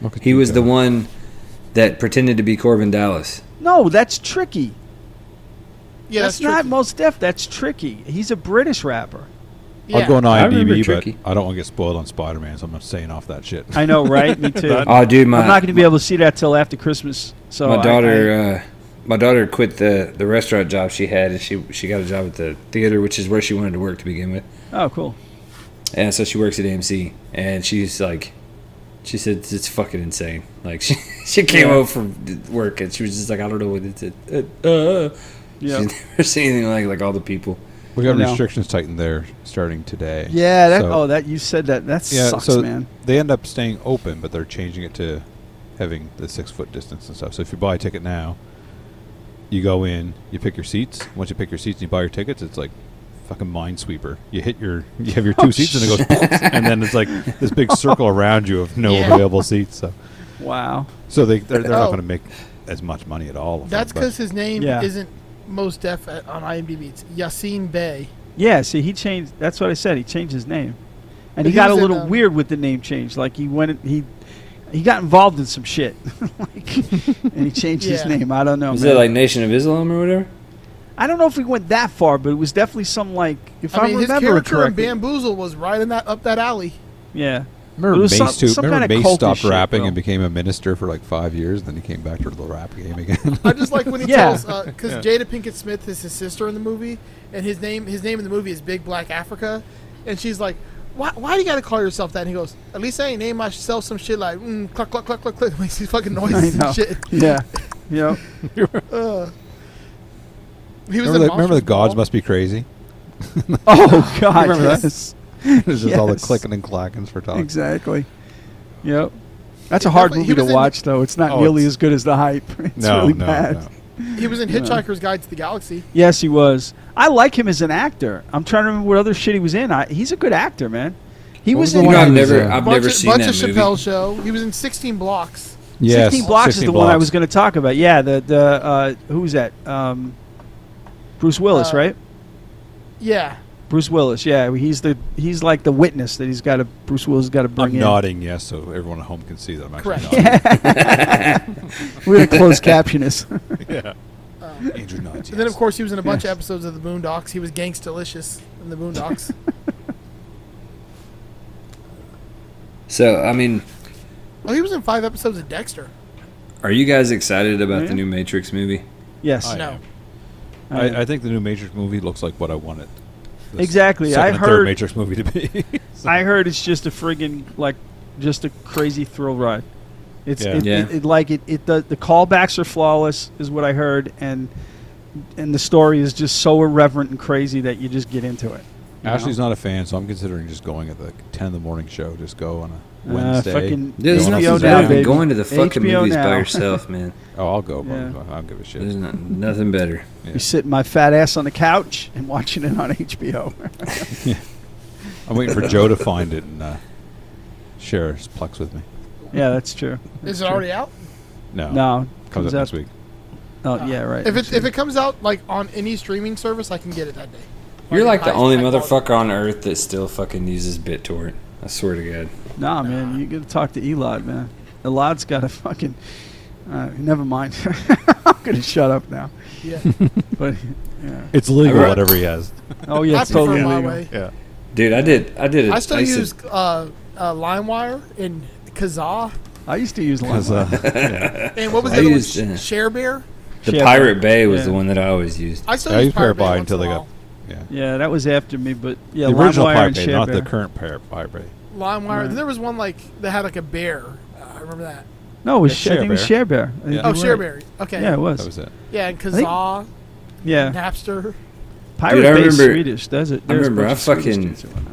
Speaker 3: Look at
Speaker 1: He
Speaker 3: you
Speaker 1: was
Speaker 3: go.
Speaker 1: the one that pretended to be Corbin Dallas.
Speaker 4: no. That's tricky.
Speaker 2: Yeah,
Speaker 4: that's
Speaker 2: that's,
Speaker 4: not
Speaker 2: tricky.
Speaker 4: most def. That's tricky. He's a British rapper.
Speaker 2: Yeah.
Speaker 3: I'll go on
Speaker 1: I remember
Speaker 3: IMDb,
Speaker 1: Tricky.
Speaker 3: but I don't want to get spoiled on Spider Man, so I'm not saying off that shit.
Speaker 4: I know, right? Me too. I'm
Speaker 1: Oh, dude, my
Speaker 4: not going to be able to see that till after Christmas. So
Speaker 1: my
Speaker 4: I-
Speaker 1: daughter, uh, my daughter quit the, the restaurant job she had, and she she got a job at the theater, which is where she wanted to work to begin with.
Speaker 4: I- oh, cool.
Speaker 1: And so she works at AMC, and she's like, she said it's fucking insane. Like [LAUGHS] she she came
Speaker 4: Yeah.
Speaker 1: home from d- work, and she was just like, I don't know what it's. It, [LAUGHS] uh,
Speaker 4: Yeah.
Speaker 1: She's never seen anything like like all the people.
Speaker 3: We got
Speaker 4: I know.
Speaker 3: restrictions tightened there starting today.
Speaker 4: Yeah. That,
Speaker 3: So-
Speaker 4: oh, that you said that. That
Speaker 3: yeah,
Speaker 4: sucks,
Speaker 3: so
Speaker 4: man.
Speaker 3: They end up staying open, but they're changing it to having the six foot distance and stuff. So if you buy a ticket now, you go in, you pick your seats. Once you pick your seats and you buy your tickets, it's like fucking minesweeper. You hit your, [LAUGHS] you have your
Speaker 4: Oh,
Speaker 3: two seats and it goes, [LAUGHS] and then it's like this big circle around you of
Speaker 4: [LAUGHS]
Speaker 3: no
Speaker 2: Yeah.
Speaker 3: available seats. So,
Speaker 4: Wow.
Speaker 3: so they they're, they're not
Speaker 2: Oh.
Speaker 3: going to make as much money at all. of
Speaker 2: That's
Speaker 3: them, but-
Speaker 2: because his name
Speaker 4: Yeah.
Speaker 2: isn't Most Def at, on IMDb. It's Yassine Bey.
Speaker 4: Yeah, see, he changed. That's what I said. He changed his name, and
Speaker 2: But
Speaker 4: he
Speaker 2: he
Speaker 4: got a
Speaker 2: was in,
Speaker 4: little
Speaker 2: um,
Speaker 4: weird with the name change. Like he went, he he got involved in some shit, [LAUGHS] like,
Speaker 2: [LAUGHS]
Speaker 4: and he changed his
Speaker 2: Yeah.
Speaker 4: name. I don't know.
Speaker 1: Is
Speaker 4: Oh, man.
Speaker 1: it like Nation of Islam or whatever?
Speaker 4: I don't know if we went that far, but it was definitely some like if I,
Speaker 2: I mean, his
Speaker 4: remember it
Speaker 2: character in
Speaker 4: correctly.
Speaker 2: Bamboozle was right in that up that alley.
Speaker 4: yeah,
Speaker 3: Remember
Speaker 4: It was
Speaker 3: Mace,
Speaker 4: some-
Speaker 3: too,
Speaker 4: some
Speaker 3: remember
Speaker 4: kinda
Speaker 3: Mace
Speaker 4: cultish
Speaker 3: stopped
Speaker 4: shit,
Speaker 3: rapping
Speaker 4: bro.
Speaker 3: and became a minister for like five years, then he came back to the rap game again.
Speaker 2: I just like
Speaker 4: [LAUGHS]
Speaker 2: when [LAUGHS] he
Speaker 4: Yeah.
Speaker 2: tells because Jada Pinkett Smith is his sister in the movie, and his name his name in the movie is Big Black Africa, and she's like, why, why do you gotta call yourself that? And he goes, at least I ain't name myself some shit like mm, cluck cluck cluck cluck cluck [LAUGHS] makes these
Speaker 4: [LAUGHS]
Speaker 2: fucking noises and shit.
Speaker 4: Yeah.
Speaker 2: [LAUGHS]
Speaker 4: yeah.
Speaker 2: Uh, he was
Speaker 3: Remember,
Speaker 2: in
Speaker 3: the, remember the
Speaker 2: Monsters
Speaker 3: gods
Speaker 2: Ball.
Speaker 3: must be crazy?
Speaker 4: Oh [LAUGHS] God.
Speaker 3: remember that?
Speaker 4: yes.
Speaker 3: [LAUGHS] it's just all the
Speaker 4: Yes.
Speaker 3: clicking and clackings for talking.
Speaker 4: Exactly. Yep. That's
Speaker 2: It
Speaker 4: a hard
Speaker 2: definitely- Oh. he
Speaker 4: movie to
Speaker 2: was in-
Speaker 4: watch, though. It's not
Speaker 3: Oh,
Speaker 4: nearly
Speaker 3: it's-
Speaker 4: as good as the hype. [LAUGHS] It's
Speaker 3: No,
Speaker 4: really
Speaker 3: no,
Speaker 4: bad.
Speaker 3: no.
Speaker 2: He was in Hitchhiker's Guide to the Galaxy.
Speaker 4: Yes, he was. I like him as an actor. I'm trying to remember what other shit he was in. I, he's a good actor, man. He
Speaker 3: What
Speaker 4: was,
Speaker 3: was the
Speaker 4: in
Speaker 1: You know,
Speaker 3: one
Speaker 1: I've
Speaker 3: he was,
Speaker 1: never,
Speaker 3: uh,
Speaker 1: I've
Speaker 2: bunch
Speaker 1: never
Speaker 2: of,
Speaker 1: seen
Speaker 2: bunch
Speaker 1: that
Speaker 2: of
Speaker 1: movie.
Speaker 2: Chappelle Show. He was in 16 Blocks.
Speaker 3: Yes,
Speaker 4: 16 Blocks is
Speaker 3: 16
Speaker 4: the one I was
Speaker 3: Blocks.
Speaker 4: going to talk about. Yeah, the the uh, who was that? Um, Bruce Willis,
Speaker 2: Uh,
Speaker 4: right?
Speaker 2: Yeah.
Speaker 4: Bruce Willis. Yeah, he's the he's like the witness that he's got to Bruce Willis got to bring
Speaker 3: I'm
Speaker 4: in.
Speaker 3: nodding yes, so everyone at home can see that I'm actually
Speaker 2: Correct.
Speaker 3: nodding.
Speaker 4: We're
Speaker 3: [LAUGHS]
Speaker 4: gonna close caption is. [LAUGHS]
Speaker 3: Yeah. Andrew nods.
Speaker 2: And then, of
Speaker 3: yes.
Speaker 2: course, he was in a bunch
Speaker 4: Yes.
Speaker 2: of episodes of The Boondocks. He was gangstalicious in The Boondocks. [LAUGHS]
Speaker 1: So, I mean,
Speaker 2: oh, he was in five episodes of Dexter.
Speaker 1: are you guys excited about
Speaker 4: Yeah.
Speaker 1: the new Matrix movie?
Speaker 4: Yes,
Speaker 3: I
Speaker 2: No.
Speaker 3: am. I, I think the new Matrix movie looks like what I wanted. the
Speaker 4: Exactly,
Speaker 3: second
Speaker 4: I
Speaker 3: and
Speaker 4: heard-
Speaker 3: third Matrix movie to be. [LAUGHS] So-
Speaker 4: I heard it's just a friggin' like just a crazy thrill ride. It's
Speaker 3: Yeah.
Speaker 4: It,
Speaker 1: Yeah.
Speaker 4: It, it like it, it the, the callbacks are flawless is what I heard and and the story is just so irreverent and crazy that you just get into it. you know?
Speaker 3: Ashley's not a fan, so I'm considering just going at the 10 in the morning show. Just go on a
Speaker 4: Uh,
Speaker 3: Wednesday.
Speaker 4: fucking
Speaker 1: There's
Speaker 3: Going
Speaker 4: HBO
Speaker 1: nothing
Speaker 3: off the
Speaker 4: now,
Speaker 1: better than
Speaker 4: baby.
Speaker 1: going to the fucking
Speaker 4: HBO
Speaker 1: movies
Speaker 4: now.
Speaker 1: by yourself, man.
Speaker 3: Oh, I'll go. bro.
Speaker 4: Yeah.
Speaker 3: I don't give a shit.
Speaker 1: There's not, nothing better.
Speaker 3: Yeah.
Speaker 4: You sit my fat ass on the couch and watching it on [LAUGHS] HBO.
Speaker 3: I'm waiting for Joe to find it and uh, share his plex with me.
Speaker 4: yeah, that's true.
Speaker 2: Is
Speaker 4: That's
Speaker 2: it
Speaker 4: true.
Speaker 2: already out?
Speaker 3: No,
Speaker 4: No,
Speaker 3: comes up
Speaker 4: out-
Speaker 3: next week.
Speaker 4: Oh yeah, right.
Speaker 2: If it if it comes out like on any streaming service, I can get it that day.
Speaker 1: You're like the
Speaker 2: I-
Speaker 1: only
Speaker 2: I bought it.
Speaker 1: motherfucker on earth that still fucking uses BitTorrent. I swear to God.
Speaker 4: Nah, man, you gotta talk to Elod, man. Elod's got a fucking. Uh, never mind. [LAUGHS] I'm gonna shut up now.
Speaker 2: Yeah.
Speaker 1: [LAUGHS]
Speaker 4: But yeah.
Speaker 3: It's legal,
Speaker 1: I read-
Speaker 3: whatever he has.
Speaker 4: Oh yeah,
Speaker 2: I
Speaker 4: it's
Speaker 2: prefer
Speaker 4: totally
Speaker 2: my
Speaker 4: legal.
Speaker 2: way.
Speaker 3: Yeah.
Speaker 1: Dude, I did. I did. it.
Speaker 2: I still
Speaker 1: used
Speaker 2: use uh, uh, LimeWire and
Speaker 1: [LAUGHS]
Speaker 2: Kazaa.
Speaker 4: I used to use
Speaker 3: Because
Speaker 4: Limelight.
Speaker 3: uh, [LAUGHS] yeah.
Speaker 2: And what was
Speaker 1: I
Speaker 2: the other one?
Speaker 1: used, uh,
Speaker 2: Sh- ShareBear?
Speaker 1: the
Speaker 4: Shit.
Speaker 1: Pirate Bay was
Speaker 4: Yeah.
Speaker 1: the one that I always used.
Speaker 2: I still
Speaker 3: I
Speaker 2: use
Speaker 3: used Pirate Bay
Speaker 2: once
Speaker 3: until
Speaker 2: in a
Speaker 3: they got
Speaker 2: while.
Speaker 3: yeah.
Speaker 4: Yeah, that was after me, but yeah,
Speaker 3: the original
Speaker 4: LimeWire
Speaker 3: Pirate
Speaker 4: and
Speaker 3: Bay, not the
Speaker 4: Sharebear.
Speaker 3: current Pirate Pirate Bay.
Speaker 2: LimeWire.
Speaker 4: Right.
Speaker 2: Then there was one like that had like a bear. Uh, I remember that.
Speaker 4: No, it was
Speaker 3: Yeah,
Speaker 4: I think it was Sharebear. I think
Speaker 3: Yeah.
Speaker 2: Oh,
Speaker 4: you're right.
Speaker 2: ShareBear. Okay.
Speaker 4: Yeah, it
Speaker 2: Yeah.
Speaker 4: was.
Speaker 3: That was it.
Speaker 2: and Kazaa,
Speaker 4: yeah,
Speaker 2: Napster.
Speaker 4: Pirate
Speaker 1: Dude, I
Speaker 4: Bay is
Speaker 1: remember-
Speaker 4: Swedish. Does it?
Speaker 1: I
Speaker 4: There's a
Speaker 1: remember
Speaker 4: bunch
Speaker 1: I
Speaker 4: of Swedish
Speaker 1: fucking-
Speaker 4: dudes and whatnot.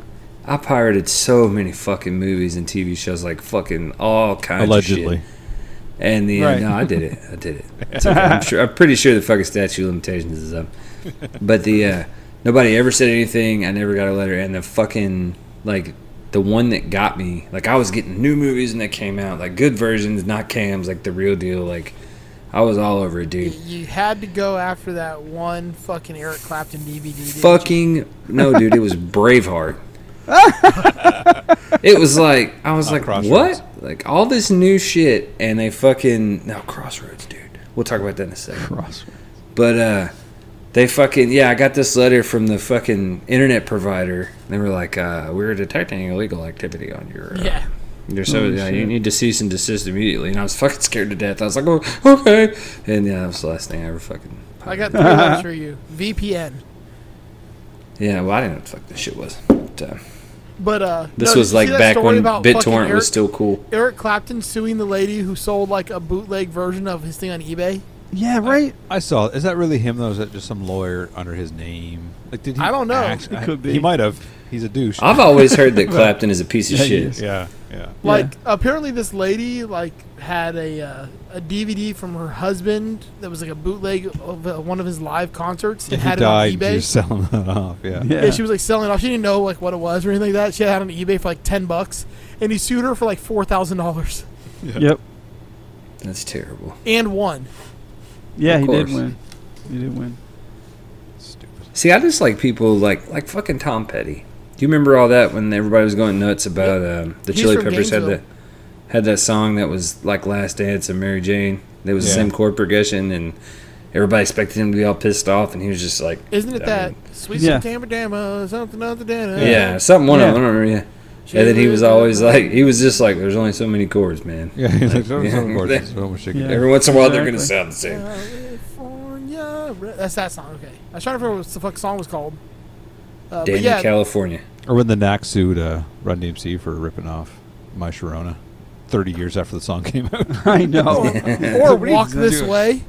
Speaker 1: I pirated so many fucking movies and TV shows, like fucking all kinds of
Speaker 3: Allegedly.
Speaker 1: shit. And the
Speaker 4: Right.
Speaker 1: no, I did it. I did it.
Speaker 3: [LAUGHS]
Speaker 1: It's okay. I'm, sure, I'm pretty sure the fucking statute of limitations is up. But the uh, nobody ever said anything. I never got a letter. And the fucking like the one that got me, like I was getting new movies and that came out, like good versions, not cams, like the real deal. Like I was all over it,
Speaker 2: You,
Speaker 1: dude.
Speaker 2: you had to go after that one fucking Eric Clapton DVD. didn't you?
Speaker 1: Fucking no, dude.
Speaker 3: [LAUGHS]
Speaker 1: It was Braveheart. it was like I was
Speaker 3: Not
Speaker 1: like,
Speaker 3: Crossroads.
Speaker 1: what? Like all this new shit, and they fucking no Crossroads, dude. We'll talk about that in a second.
Speaker 4: Crossword.
Speaker 1: But uh, they fucking yeah, I got this letter from the fucking internet provider. They were like, uh, we're detecting illegal activity on your. Uh,
Speaker 2: Yeah.
Speaker 1: You're so
Speaker 4: Holy
Speaker 1: yeah,
Speaker 4: Oh, shit.
Speaker 1: you need to cease and desist immediately. And I was fucking scared to death. I was like, oh, okay. And yeah, that was the last thing I ever fucking.
Speaker 2: I got three letters for you. VPN.
Speaker 1: Yeah, well, I didn't know what the fuck this shit was. But, uh,
Speaker 2: But uh,
Speaker 1: This
Speaker 2: no, did
Speaker 1: was
Speaker 2: you
Speaker 1: like
Speaker 2: see that
Speaker 1: back
Speaker 2: story
Speaker 1: when
Speaker 2: about fucking
Speaker 1: BitTorrent
Speaker 2: Eric-
Speaker 1: was still cool.
Speaker 2: Eric Clapton suing the lady who sold like a bootleg version of his thing on eBay.
Speaker 4: Yeah, right.
Speaker 3: I saw. Is that really him though? Is that just some lawyer under his name? Like, did he?
Speaker 2: I don't know.
Speaker 3: act-
Speaker 4: It
Speaker 3: I-
Speaker 4: could be.
Speaker 3: He might have. He's a douche.
Speaker 1: I've always heard
Speaker 4: [LAUGHS]
Speaker 1: that Clapton is a piece of
Speaker 4: Yeah, he
Speaker 1: shit.
Speaker 3: [LAUGHS]
Speaker 4: is.
Speaker 3: yeah, yeah.
Speaker 2: Like apparently this lady like had a uh, a DVD from her husband that was like a bootleg of uh, one of his live concerts and
Speaker 3: And he
Speaker 2: had it
Speaker 3: died.
Speaker 2: on
Speaker 3: And she
Speaker 2: eBay.
Speaker 3: was selling that [LAUGHS] off. Yeah.
Speaker 4: Yeah.
Speaker 2: Yeah, she was like selling it off. She didn't know like what it was or anything like that. She had it on eBay for like ten bucks, and he sued her for like four thousand dollars
Speaker 4: Yep.
Speaker 1: That's terrible.
Speaker 2: and won.
Speaker 4: Yeah,
Speaker 1: Of
Speaker 4: he did
Speaker 1: course.
Speaker 4: win. He did win. [LAUGHS]
Speaker 3: Stupid.
Speaker 1: See, I just like people like like fucking Tom Petty. Do you remember all that when everybody was going nuts about um, the
Speaker 2: He's
Speaker 1: Chili
Speaker 2: from
Speaker 1: Peppers had that
Speaker 2: Gainesville.
Speaker 1: had that song that was like Last Dance and Mary Jane. That was the
Speaker 3: Yeah.
Speaker 1: same chord progression, and everybody expected him to be all pissed off, and he was just like,
Speaker 2: Isn't it
Speaker 1: I
Speaker 2: that
Speaker 1: mean,
Speaker 2: sweet
Speaker 4: Yeah.
Speaker 2: September demo something other than
Speaker 1: yeah, something one of them. I don't remember. Yeah. And then he was always like, he was just like, "There's only so many chords, man.
Speaker 3: Yeah. He's like, so,
Speaker 1: Yeah.
Speaker 3: so gorgeous. So much she could
Speaker 4: Yeah.
Speaker 3: do.
Speaker 1: Every once in a while, they're gonna sound
Speaker 4: Exactly.
Speaker 1: the same."
Speaker 2: California. Re- That's that song. Okay, I was trying to remember what the fuck song was called. Uh, but
Speaker 1: Daniel,
Speaker 2: yeah,
Speaker 1: California.
Speaker 3: Or when the Knack sued uh, Run DMC for ripping off My Sharona 30 years after the song [LAUGHS] came out.
Speaker 4: I know.
Speaker 2: or, or walk this way.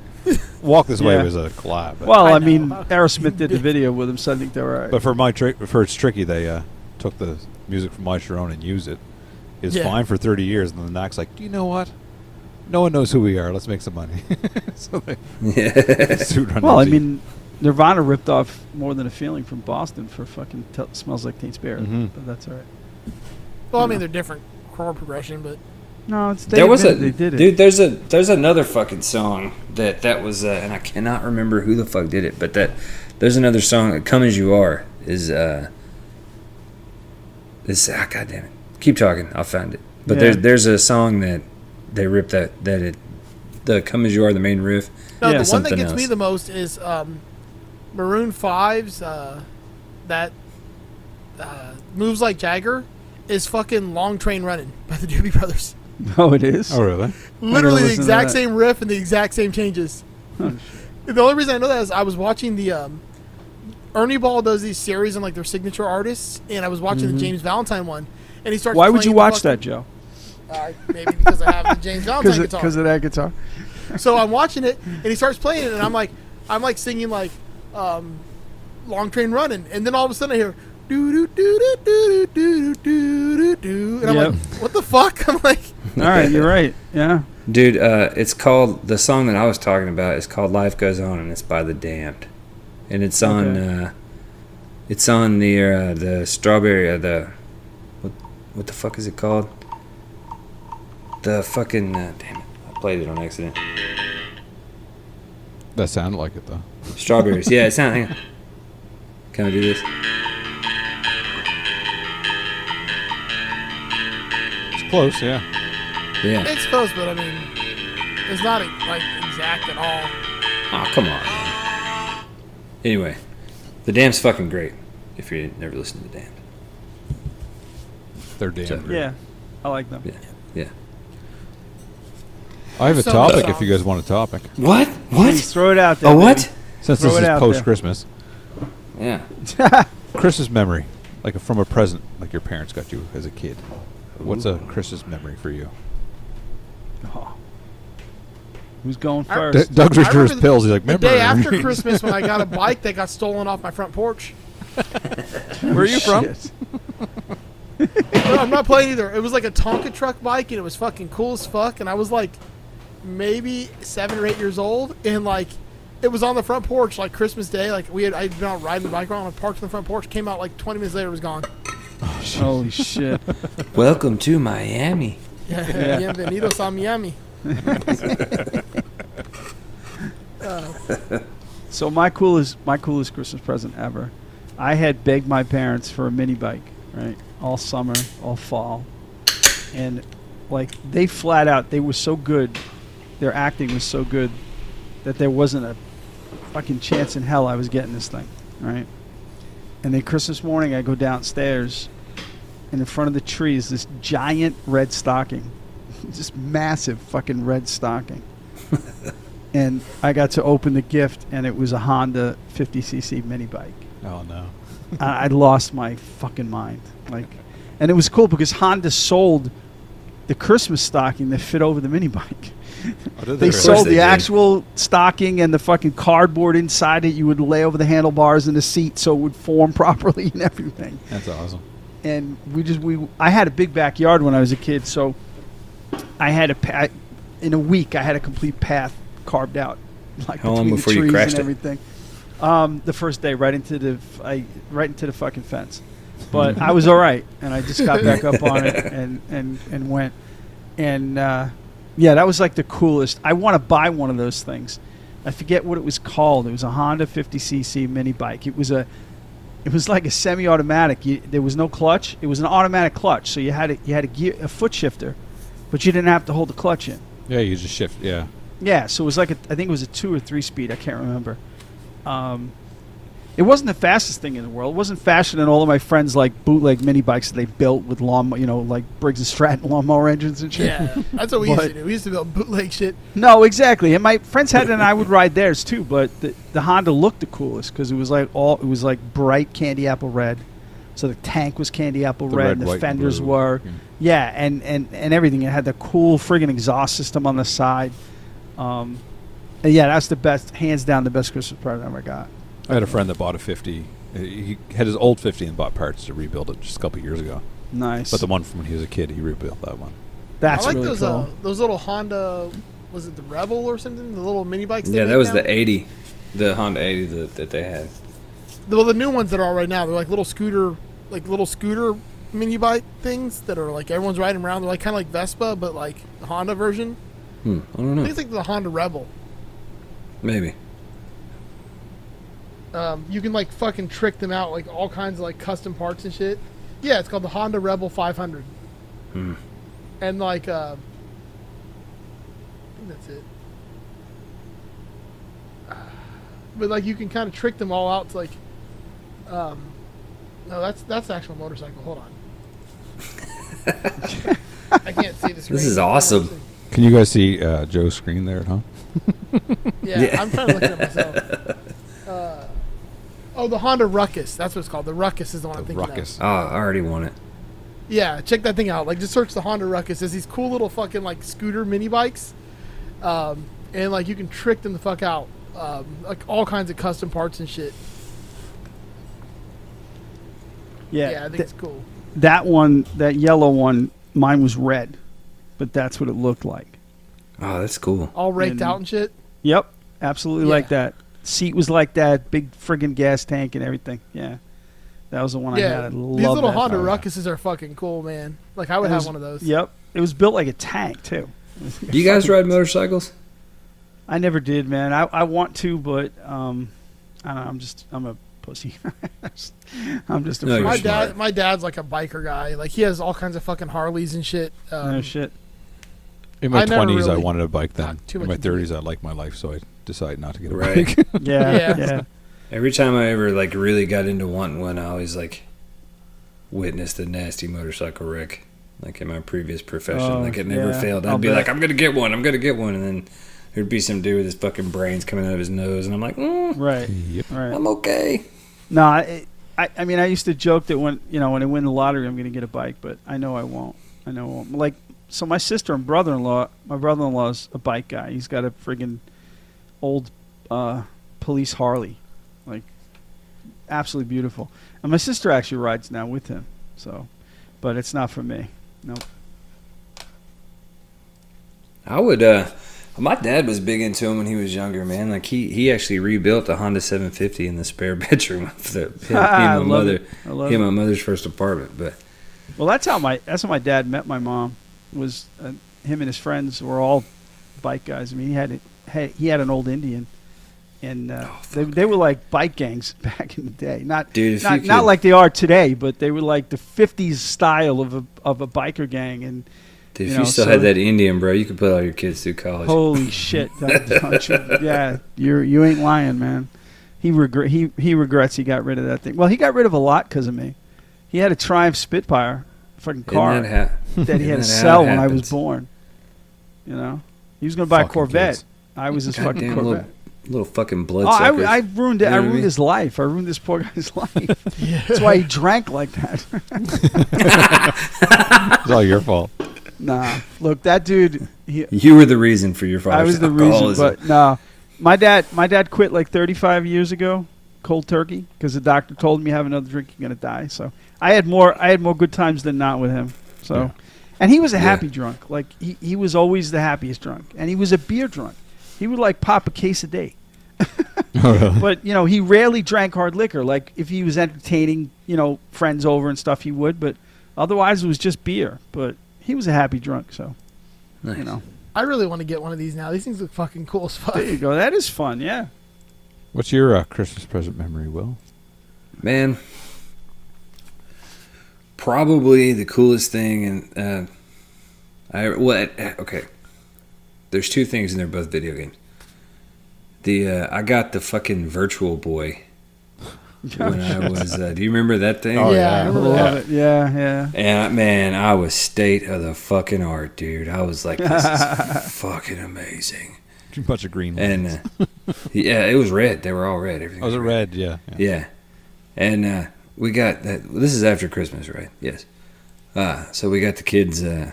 Speaker 3: Walk This Way
Speaker 4: Yeah.
Speaker 3: was a collab. But,
Speaker 4: [LAUGHS] well,
Speaker 2: I
Speaker 4: I,
Speaker 2: know.
Speaker 4: mean, Aerosmith did [LAUGHS] the video with him sending to her.
Speaker 3: but for my tri- for It's Tricky, they uh, took the music from My Sharona and used it. It's
Speaker 2: Yeah.
Speaker 3: fine for 30 years. And then the Knack's like, do you know what? No one knows who we are. Let's make some money. [LAUGHS] so they [LAUGHS] sued Run
Speaker 4: well, I
Speaker 3: DMC.
Speaker 4: mean, Nirvana ripped off more than a feeling from Boston for fucking Te- smells like Teen Spirit.
Speaker 1: Mm-hmm.
Speaker 3: Mhm.
Speaker 4: But that's all right.
Speaker 2: Well, I mean, they're different chord progression, but
Speaker 4: No, it's they
Speaker 1: there was a
Speaker 4: admitted they did it.
Speaker 1: dude. There's a there's another fucking song that that was, uh, and I cannot remember who the fuck did it, but that there's another song. Come as you are is uh, this ah god damn it. Keep talking, I'll find it. But
Speaker 4: Yeah.
Speaker 1: there's there's a song that they ripped that that it the come as you are the main riff.
Speaker 2: no,
Speaker 4: Yeah.
Speaker 2: the one that
Speaker 1: Something
Speaker 2: gets me
Speaker 1: else.
Speaker 2: the most is um, Maroon 5's uh, that uh, moves like Jagger is fucking Long Train Running by the Doobie Brothers.
Speaker 4: [LAUGHS] Oh, it is.
Speaker 3: Oh, really?
Speaker 2: Literally the
Speaker 4: listen to
Speaker 2: exact
Speaker 4: that. Oh,
Speaker 2: same riff and the exact same changes. [LAUGHS] The only reason I know that is I was watching the um, Ernie Ball does these series on like their signature artists, and I was watching the James Valentine one, and he starts.
Speaker 4: Mm-hmm. Why would
Speaker 2: playing
Speaker 4: you
Speaker 2: the
Speaker 4: watch
Speaker 2: fucking-
Speaker 4: that, Joe?
Speaker 2: Uh, maybe because I have the
Speaker 4: [LAUGHS]
Speaker 2: James Valentine guitar.
Speaker 4: Because of that
Speaker 1: [LAUGHS]
Speaker 4: guitar.
Speaker 2: So I'm watching it, and he starts playing it, and I'm like, I'm like singing like, um, "Long Train Running," and then all of a sudden I hear, "Do do do do do do do do do do," and I'm
Speaker 4: Yep.
Speaker 2: like, "What the fuck?" [LAUGHS] I'm like,
Speaker 4: All right, you're right. Yeah.
Speaker 1: Dude, uh, it's called the song that I was talking about is called "Life Goes On" and it's by the Damned, and it's on
Speaker 4: Okay.
Speaker 1: uh, it's on the uh, the strawberry uh, the what what the fuck is it called? The fucking uh, damn it! I played it on accident.
Speaker 3: That sounded like it, though.
Speaker 1: Strawberries, yeah, it sounds. Hang on. Can I do this?
Speaker 3: It's close, yeah.
Speaker 1: Yeah.
Speaker 2: "It's close, but I mean, it's not like exact at all."
Speaker 1: Oh, come on. Man. Anyway, the Damned's fucking great. If you never listened to the Damned,
Speaker 3: They're damn
Speaker 1: So-
Speaker 3: good.
Speaker 4: Yeah. I like them.
Speaker 1: yeah, yeah.
Speaker 3: I have a
Speaker 2: So-
Speaker 3: topic if you guys want a topic.
Speaker 1: What?
Speaker 4: Please
Speaker 1: What?
Speaker 4: throw it out there.
Speaker 1: A what?
Speaker 3: Since
Speaker 4: Throw
Speaker 3: this
Speaker 4: it
Speaker 3: is
Speaker 4: out
Speaker 3: post
Speaker 4: [LAUGHS]
Speaker 3: Christmas,
Speaker 1: Yeah.
Speaker 4: baby.
Speaker 3: Christmas memory, like a- from a present, like your parents got you as a kid. What's a Christmas memory for you?
Speaker 4: Oh. Who's going
Speaker 2: I-
Speaker 3: D-
Speaker 4: first?
Speaker 3: Doug's reaching for his
Speaker 2: remember the-
Speaker 3: pills. He's like,
Speaker 2: The
Speaker 3: remember
Speaker 2: day after Christmas, when I
Speaker 3: [LAUGHS]
Speaker 2: got a bike that got stolen off my front porch.
Speaker 3: Where are
Speaker 1: [LAUGHS]
Speaker 3: you from?
Speaker 4: Shit.
Speaker 2: No, I'm not playing either. It was like a Tonka truck bike, and it was fucking cool as fuck. And I was like, maybe seven or eight years old, and like, it was on the front porch like Christmas Day. Like we had, I'd been out riding the bike around, I parked on the front porch, came out like 20 minutes later, it was gone.
Speaker 4: Holy shit.
Speaker 1: [LAUGHS] Welcome to Miami.
Speaker 2: Yeah, [LAUGHS]
Speaker 4: Yeah.
Speaker 2: bienvenidos a Miami.
Speaker 4: So my coolest my coolest Christmas present ever. I had begged my parents for a mini bike, right? All summer, all fall. And like they flat out they were so good. Their acting was so good that there wasn't a fucking chance in hell I was getting this thing, right? And then Christmas morning I go downstairs and in front of the tree is this giant red stocking. [LAUGHS] Just massive fucking red stocking and I got to open the gift, and it was a Honda 50cc mini bike.
Speaker 3: Oh no!
Speaker 4: I, I lost my fucking mind. Like, and it was cool because Honda sold the Christmas stocking that fit over the mini bike.
Speaker 3: Oh, did
Speaker 4: They
Speaker 3: really?
Speaker 4: sold
Speaker 1: they
Speaker 4: the
Speaker 1: did.
Speaker 4: actual stocking and the fucking cardboard inside it. You would lay over the handlebars and the seat so it would form [LAUGHS] properly and everything
Speaker 3: That's awesome.
Speaker 4: and we just we I had a big backyard when I was a kid, so I had a pa- I- in a week I had a complete path carved out, [LAUGHS] like
Speaker 1: How long
Speaker 4: between
Speaker 1: before
Speaker 4: the
Speaker 1: you
Speaker 4: trees
Speaker 1: crashed
Speaker 4: and
Speaker 1: it?
Speaker 4: everything. Um, the first day, right into the f- I right into the fucking fence, but I was all right, and I just got back
Speaker 1: [LAUGHS]
Speaker 4: up on it and and and went, and uh, yeah, that was like the coolest. I want to buy one of those things. I forget what it was called. It was a Honda 50cc mini bike. It was a it was like a semi-automatic. You, there was no clutch. It was an automatic clutch, so you had a, you had a gear, a foot shifter, but you didn't have to hold the clutch in.
Speaker 3: Yeah, you just shift. Yeah,
Speaker 4: Yeah, so it was like a, I think it was a two or three speed. I can't remember. Um, It wasn't the fastest thing in the world. It wasn't faster than all of my friends' like bootleg mini bikes that they built with lawn, you know, like Briggs and Stratton [LAUGHS] lawnmower engines and shit.
Speaker 2: Yeah, that's what we used
Speaker 4: But-
Speaker 2: to do. We used to build bootleg shit.
Speaker 4: No, exactly. And my friends had it, and I would ride theirs too. But the, the Honda looked the coolest because it was like all it was like bright candy apple red. So the tank was candy apple
Speaker 3: The
Speaker 4: red,
Speaker 3: red,
Speaker 4: and the
Speaker 3: white, and
Speaker 4: fenders
Speaker 3: blue.
Speaker 4: were,
Speaker 3: Mm.
Speaker 4: yeah, and, and and everything. It had the cool friggin' exhaust system on the side. Um, and yeah, that's the best, hands down, the best Christmas present I ever got.
Speaker 3: I had a friend that bought a 50. uh, He had his old 50 and bought parts to rebuild it just a couple years ago.
Speaker 4: Nice.
Speaker 3: But the one from when he was a kid, he rebuilt that one.
Speaker 4: that's
Speaker 2: I like
Speaker 4: really
Speaker 2: those
Speaker 4: cool.
Speaker 2: uh, those little Honda. Was it the Rebel or something? The little mini bikes. they
Speaker 1: Yeah, that
Speaker 2: make
Speaker 1: was
Speaker 2: now?
Speaker 1: the 80, the Honda 80 that, that they had.
Speaker 2: The- well, the new ones that are right now. They're like little scooter, like little scooter mini bike things that are like everyone's riding around. They're like kind of like Vespa, but like the Honda version.
Speaker 1: Hmm, I don't
Speaker 2: I
Speaker 1: know.
Speaker 2: think it's like the Honda Rebel.
Speaker 1: Maybe.
Speaker 2: Um, you can like fucking trick them out like all kinds of like custom parts and shit. Yeah, it's called the Honda Rebel 500.
Speaker 1: Hmm.
Speaker 2: And like, uh, I think that's it. But like, you can kind of trick them all out to like, um, no, that's that's the actual motorcycle.
Speaker 1: [LAUGHS]
Speaker 2: Hold on. I can't see the screen.
Speaker 1: is awesome.
Speaker 3: Can you guys see uh, Joe's screen there at home?
Speaker 2: Yeah,
Speaker 1: Yeah.
Speaker 2: I'm trying to look at it myself. Uh,
Speaker 3: [LAUGHS]
Speaker 2: oh, the Honda Ruckus. That's what it's called. The Ruckus is the one I'm
Speaker 3: The
Speaker 2: thinking of.
Speaker 3: ruckus.
Speaker 1: Oh, I already won it.
Speaker 2: Yeah, check that thing out. Like, just search the Honda Ruckus. There's these cool little fucking like scooter mini bikes, um, and like you can trick them the fuck out, um, like all kinds of custom parts and shit. Yeah,
Speaker 4: yeah,
Speaker 2: I think
Speaker 4: th-
Speaker 2: it's cool.
Speaker 4: that one, that yellow one, mine was red, but that's what it looked like.
Speaker 1: Oh, that's cool.
Speaker 2: All raked
Speaker 4: And-
Speaker 2: out and shit.
Speaker 4: Yep, absolutely
Speaker 2: Yeah.
Speaker 4: like that. Seat was like that, big friggin' gas tank and everything. Yeah, that was the one I had.
Speaker 2: Yeah,
Speaker 4: I
Speaker 2: these
Speaker 4: love
Speaker 2: little
Speaker 4: that
Speaker 2: Honda
Speaker 4: thing.
Speaker 2: Ruckuses are fucking cool, man. Like, I would
Speaker 4: It
Speaker 2: have
Speaker 4: was-
Speaker 2: one of those.
Speaker 4: Yep, it was built like a tank too.
Speaker 1: Do you guys ride motorcycles?
Speaker 4: I never did, man. I, I want to, but um, I don't know. I'm just I'm a pussy. [LAUGHS] I'm just a
Speaker 1: No,
Speaker 4: no,
Speaker 1: you're
Speaker 2: My
Speaker 1: You're smart.
Speaker 2: dad, my dad's like a biker guy. Like, he has all kinds of fucking Harleys and shit. Um,
Speaker 4: no shit.
Speaker 3: In my
Speaker 2: I never
Speaker 3: 20s, I
Speaker 2: really
Speaker 3: wanted a bike then.
Speaker 2: got too much
Speaker 3: In my
Speaker 2: into it.
Speaker 3: 30s, I like my life, so I decided not to get a
Speaker 1: Right.
Speaker 3: bike. [LAUGHS]
Speaker 4: Yeah, yeah.
Speaker 2: [LAUGHS] Yeah.
Speaker 1: Every time I ever like really got into wanting one, I always like witnessed a nasty motorcycle wreck. Like in my previous profession,
Speaker 4: Oh,
Speaker 1: like it never
Speaker 4: yeah.
Speaker 1: failed. I'd
Speaker 4: I'll
Speaker 1: be
Speaker 4: bet.
Speaker 1: like, I'm gonna get one. I'm gonna get one, and then there'd be some dude with his fucking brains coming out of his nose, and I'm like, mm,
Speaker 4: Right,
Speaker 3: yep.
Speaker 4: right.
Speaker 1: I'm okay.
Speaker 4: No, I, I, I mean, I used to joke that when you know when I win the lottery, I'm going to get a bike, but I know I won't. I know I won't. Like, so my sister and brother-in-law, my brother-in-law's a bike guy. He's got a friggin' old uh, police Harley, like absolutely beautiful. And my sister actually rides now with him. So, but it's not for me.
Speaker 1: I would. uh My dad was big into him when he was younger, man. Like he he actually rebuilt the Honda 750 in the spare [LAUGHS] bedroom of
Speaker 4: [LAUGHS]
Speaker 1: the him, he
Speaker 4: I
Speaker 1: and my
Speaker 4: love
Speaker 1: mother,
Speaker 4: it. I love
Speaker 1: he
Speaker 4: it.
Speaker 1: and my mother's first apartment. But
Speaker 4: Well, that's how my that's how my dad met my mom. Was uh, him and his friends were all bike guys. I mean, he had, a, had he had an old Indian, and uh, they they were like bike gangs [LAUGHS] back in the day. Not
Speaker 1: Oh, Dude, if
Speaker 4: not,
Speaker 1: you
Speaker 4: not
Speaker 1: could-
Speaker 4: like they are today, but they were like the '50s style of a of a biker gang. And
Speaker 1: dude, if
Speaker 4: You
Speaker 1: you,
Speaker 4: know,
Speaker 1: still
Speaker 4: so-
Speaker 1: had that Indian, bro, you could put all your kids through college. [LAUGHS]
Speaker 4: holy shit, that- don't you- yeah, you you ain't lying, man. He regret he he regrets he got rid of that thing. Well, he got rid of a lot because of me. He had a Triumph Spitfire, fucking
Speaker 1: Isn't
Speaker 4: car.
Speaker 1: that ha- [LAUGHS]
Speaker 4: that
Speaker 1: isn't
Speaker 4: he had to
Speaker 1: that how
Speaker 4: sell
Speaker 1: it
Speaker 4: when I was
Speaker 1: happens?
Speaker 4: born. You know, he was going to buy a
Speaker 3: Fucking
Speaker 4: Corvette.
Speaker 3: kids.
Speaker 4: I was his fucking
Speaker 1: Goddamn
Speaker 4: Corvette.
Speaker 1: little, little fucking
Speaker 4: Oh,
Speaker 1: bloodsuckers.
Speaker 4: I, I ruined it.
Speaker 1: You know what I
Speaker 4: I ruined
Speaker 1: mean?
Speaker 4: his life. I ruined this poor
Speaker 1: [LAUGHS]
Speaker 4: guy's [LAUGHS] life. That's why he drank like that. [LAUGHS]
Speaker 3: It's all your fault.
Speaker 4: nah, look, that dude. He,
Speaker 1: you were the reason for your father's
Speaker 4: I was the reason,
Speaker 1: alcoholism.
Speaker 4: but nah. My dad, my dad quit like 35 years ago, cold turkey, because the doctor told me have another drink, you're gonna die. So I had more, I had more good times than not with him. So,
Speaker 3: Yeah.
Speaker 4: and he was a
Speaker 1: Yeah.
Speaker 4: happy drunk. Like he, he was always the happiest drunk, and he was a beer drunk. He would like pop a case a
Speaker 1: [LAUGHS]
Speaker 4: day
Speaker 1: Oh,
Speaker 4: but you know he rarely drank hard liquor like if he was entertaining you know friends over and stuff he would but otherwise it was just beer but he was a happy drunk so you
Speaker 1: Nice.
Speaker 4: know
Speaker 2: I really want to get one of these now. These things look fucking cool as fuck.
Speaker 4: there you go that is fun yeah
Speaker 3: What's your uh, Christmas present memory, Will?
Speaker 1: Man, probably the coolest thing, and uh, I what? okay, there's two things, and they're both video games. The uh, I got the fucking Virtual Boy when I was. Uh, do you remember that thing?
Speaker 3: [LAUGHS]
Speaker 2: yeah,
Speaker 3: Oh,
Speaker 2: I
Speaker 3: yeah.
Speaker 2: remember that.
Speaker 4: Love it. Yeah, yeah.
Speaker 1: And I- man, I was state of the fucking art, dude. I was like, this is fucking amazing.
Speaker 3: Bunch of green.
Speaker 1: And
Speaker 3: lines.
Speaker 1: uh, yeah, it was red. They were all red. Everything
Speaker 3: oh, was it red? Yeah. yeah.
Speaker 1: Yeah. And uh, we got that. This is after Christmas, right? Yes. Uh, so we got the kids uh,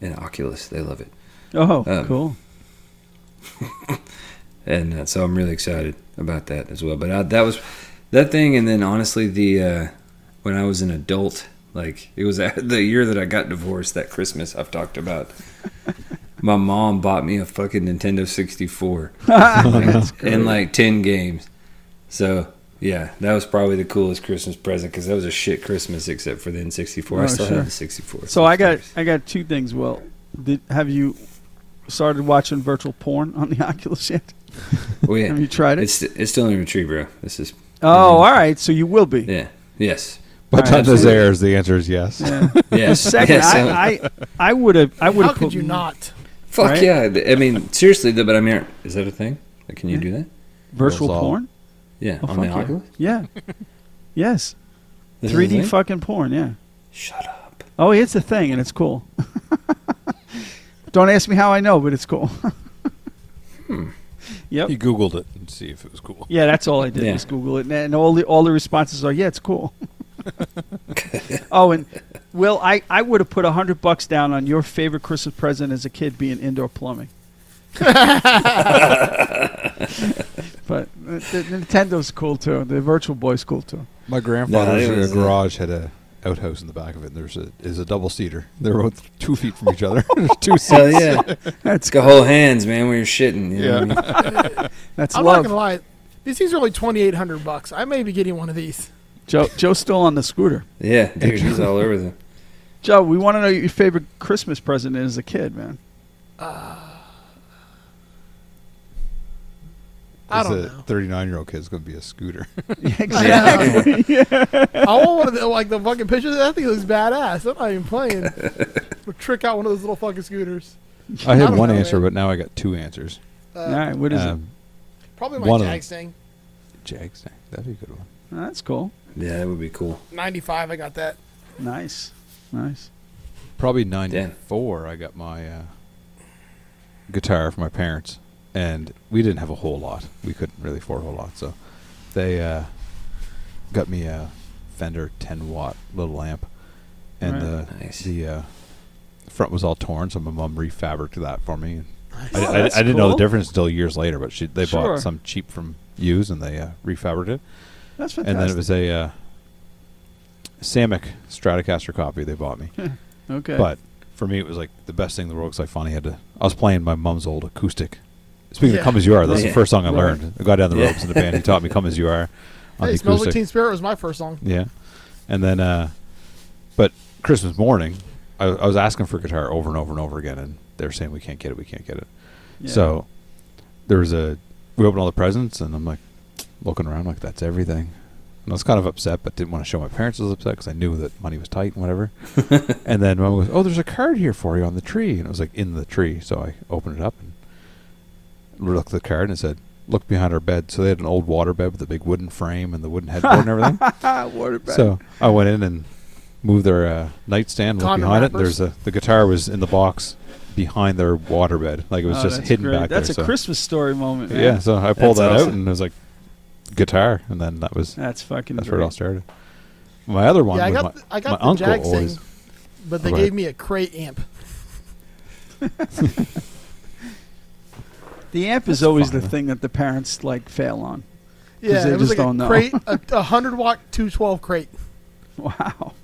Speaker 1: in Oculus. They love it.
Speaker 4: Oh,
Speaker 1: Um,
Speaker 4: cool.
Speaker 1: and uh, so I'm really excited about that as well. But I, that was that thing, and then honestly, the uh, when I was an adult, like it was [LAUGHS] at the year that I got divorced. That Christmas I've talked
Speaker 4: [LAUGHS]
Speaker 1: about. My mom bought me a fucking Nintendo
Speaker 4: [LAUGHS]
Speaker 1: 64 [LAUGHS] and like 10 games. So, yeah, that was probably the coolest Christmas present because that was a shit Christmas except for the N64. I
Speaker 4: Oh,
Speaker 1: still
Speaker 4: sure.
Speaker 1: have the 64.
Speaker 4: So I got I got two things. Well, did, have you started watching virtual porn on the [LAUGHS] Oculus yet?
Speaker 1: Oh, yeah.
Speaker 4: Have you tried it?
Speaker 1: It's, it's still in retrieve, bro. This is,
Speaker 4: oh, all right. So you will be.
Speaker 1: yeah.
Speaker 4: [LAUGHS]
Speaker 1: Yes.
Speaker 3: By the time this
Speaker 1: Absolutely.
Speaker 3: airs, the answer is yes.
Speaker 4: Yeah.
Speaker 1: Yes. [LAUGHS]
Speaker 4: Second,
Speaker 1: yes, I'm-
Speaker 4: I, I I would have I would
Speaker 2: How
Speaker 4: have put
Speaker 2: could you not?
Speaker 1: Fuck
Speaker 4: Right?
Speaker 1: yeah! Th- I mean, seriously though, but I mean, is that a thing? Like, can you
Speaker 4: Yeah.
Speaker 1: do that?
Speaker 4: virtual
Speaker 3: Resolve.
Speaker 4: porn?
Speaker 1: Yeah,
Speaker 4: Oh,
Speaker 1: on
Speaker 4: fuck
Speaker 1: the
Speaker 4: yeah.
Speaker 1: Oculus. [LAUGHS]
Speaker 4: Yeah. yes.
Speaker 1: This is a
Speaker 4: 3D
Speaker 1: thing?
Speaker 4: fucking porn. Yeah.
Speaker 1: Shut up.
Speaker 4: Oh, it's a thing and it's cool. [LAUGHS] Don't ask me how I know, but it's cool. [LAUGHS]
Speaker 1: Hmm.
Speaker 4: Yep.
Speaker 3: You Googled it and see if it was cool.
Speaker 4: Yeah, that's all I did
Speaker 1: Yeah.
Speaker 4: was Google it, and, and all the all the responses are, yeah,
Speaker 3: [LAUGHS]
Speaker 4: it's cool. oh, and Will, I, I would have put a hundred bucks down on your favorite Christmas present as a kid being
Speaker 3: [LAUGHS]
Speaker 4: indoor plumbing. but the, the Nintendo's cool too. The Virtual Boy's cool too.
Speaker 3: My grandfather's
Speaker 1: No, it was, uh,
Speaker 3: garage had a outhouse in the back of it. And there's a is a double seater. They're both two feet from each other. [LAUGHS] there's
Speaker 2: [LAUGHS]
Speaker 3: two seats.
Speaker 1: Hell yeah!
Speaker 4: [LAUGHS] That's
Speaker 1: Let's go hold hands, man. When you're shitting, you know what I mean?
Speaker 4: that's
Speaker 2: I'm not
Speaker 4: love.
Speaker 2: gonna lie. These things are only twenty eight hundred bucks. I may be getting one of these.
Speaker 4: Joe Joe's still on the scooter.
Speaker 1: yeah, dude, he's all over them.
Speaker 4: Joe, we want to know your favorite Christmas present as a kid, man.
Speaker 2: I
Speaker 3: It's
Speaker 2: don't
Speaker 3: a
Speaker 2: know.
Speaker 3: 39 year old kid's going to be
Speaker 2: [LAUGHS]
Speaker 3: a scooter.
Speaker 4: [LAUGHS]
Speaker 3: [LAUGHS]
Speaker 4: exactly.
Speaker 2: I want one of the like the fucking pictures. That thing looks badass. I'm not even
Speaker 3: [LAUGHS]
Speaker 2: playing. Or trick out one of those little fucking scooters.
Speaker 3: I had
Speaker 2: don't
Speaker 3: one
Speaker 2: know,
Speaker 3: answer,
Speaker 2: man.
Speaker 3: but now I got two answers.
Speaker 2: Uh,
Speaker 4: All right, what is
Speaker 3: Um,
Speaker 2: Probably
Speaker 3: One
Speaker 2: my
Speaker 3: of
Speaker 2: Jags thing.
Speaker 3: Jags. That'd be a good one.
Speaker 4: it? That's cool.
Speaker 1: Yeah, that would be cool.
Speaker 2: Ninety five. I got that.
Speaker 4: Nice, nice.
Speaker 3: Probably 94, I got my uh, guitar from my parents. And we didn't have a whole lot. We couldn't really afford a whole lot. So they uh, got me a Fender 10 watt little amp. And
Speaker 4: Right.
Speaker 3: the,
Speaker 1: Nice.
Speaker 3: the uh, front was all torn, so my mom refabricated that for me. And I,
Speaker 4: Oh,
Speaker 3: I- I
Speaker 4: that's
Speaker 3: didn't know the
Speaker 4: cool.
Speaker 3: difference until years later, but she, they
Speaker 4: Sure.
Speaker 3: bought some cheap from used and they uh, refabricated it.
Speaker 4: That's
Speaker 3: And
Speaker 4: fantastic.
Speaker 3: then it was a uh, Samick Stratocaster copy they bought me.
Speaker 4: okay.
Speaker 3: But for me, it was like the best thing in the world because I finally had to. I was playing my mom's old acoustic. Speaking
Speaker 2: Yeah.
Speaker 3: of "Come As You Are," that's
Speaker 1: Yeah.
Speaker 3: the first song I
Speaker 4: Right.
Speaker 3: learned. I got down the
Speaker 1: Yeah.
Speaker 3: ropes in the band. He taught me "Come As You Are" on
Speaker 2: Hey,
Speaker 3: the
Speaker 2: smells like
Speaker 3: acoustic.
Speaker 2: Teen Spirit was my first song.
Speaker 3: yeah, and then, uh, but Christmas morning, I, I was asking for a guitar over and over and over again, and they were saying we can't get it, we can't get it.
Speaker 4: Yeah.
Speaker 3: So there was a we opened all the presents and I'm like looking around like that's everything. And I was kind of upset, but didn't want to show my parents I was upset because I knew that money was tight and whatever. and then mom goes, "Oh, there's a card here for you on the tree," and it was like in the tree. So I opened it up and looked at the card and it said, "Look behind our bed." So they had an old water bed with a big wooden frame and the wooden headboard and everything.
Speaker 4: ah, water bag.
Speaker 3: So I went in and moved their uh, nightstand, looked
Speaker 2: Condom
Speaker 3: behind it.
Speaker 2: wrappers.
Speaker 3: There's a the guitar was in the box behind their water bed, like it was
Speaker 4: Oh,
Speaker 3: just
Speaker 4: that's
Speaker 3: hidden
Speaker 4: great.
Speaker 3: back
Speaker 4: That's
Speaker 3: there.
Speaker 4: a
Speaker 3: so-
Speaker 4: Christmas story moment. Man.
Speaker 3: yeah, so I pulled
Speaker 1: That's
Speaker 3: that out
Speaker 1: awesome.
Speaker 3: and it was like guitar, and then that was
Speaker 4: That's fucking.
Speaker 3: that's
Speaker 4: great.
Speaker 3: where it all started. My other one
Speaker 2: yeah, I
Speaker 3: was
Speaker 2: got
Speaker 3: my,
Speaker 2: th- I
Speaker 3: my
Speaker 2: got the
Speaker 3: uncle
Speaker 2: Jag
Speaker 3: always.
Speaker 2: thing, but they
Speaker 3: Go ahead.
Speaker 2: gave me a crate amp.
Speaker 4: The amp is always the
Speaker 3: fine.
Speaker 4: thing that the parents like fail on. [LAUGHS]
Speaker 2: Yeah,
Speaker 4: they
Speaker 2: it was like
Speaker 4: just don't
Speaker 2: a
Speaker 4: know.
Speaker 2: crate, a, a hundred watt, two twelve crate.
Speaker 4: Wow.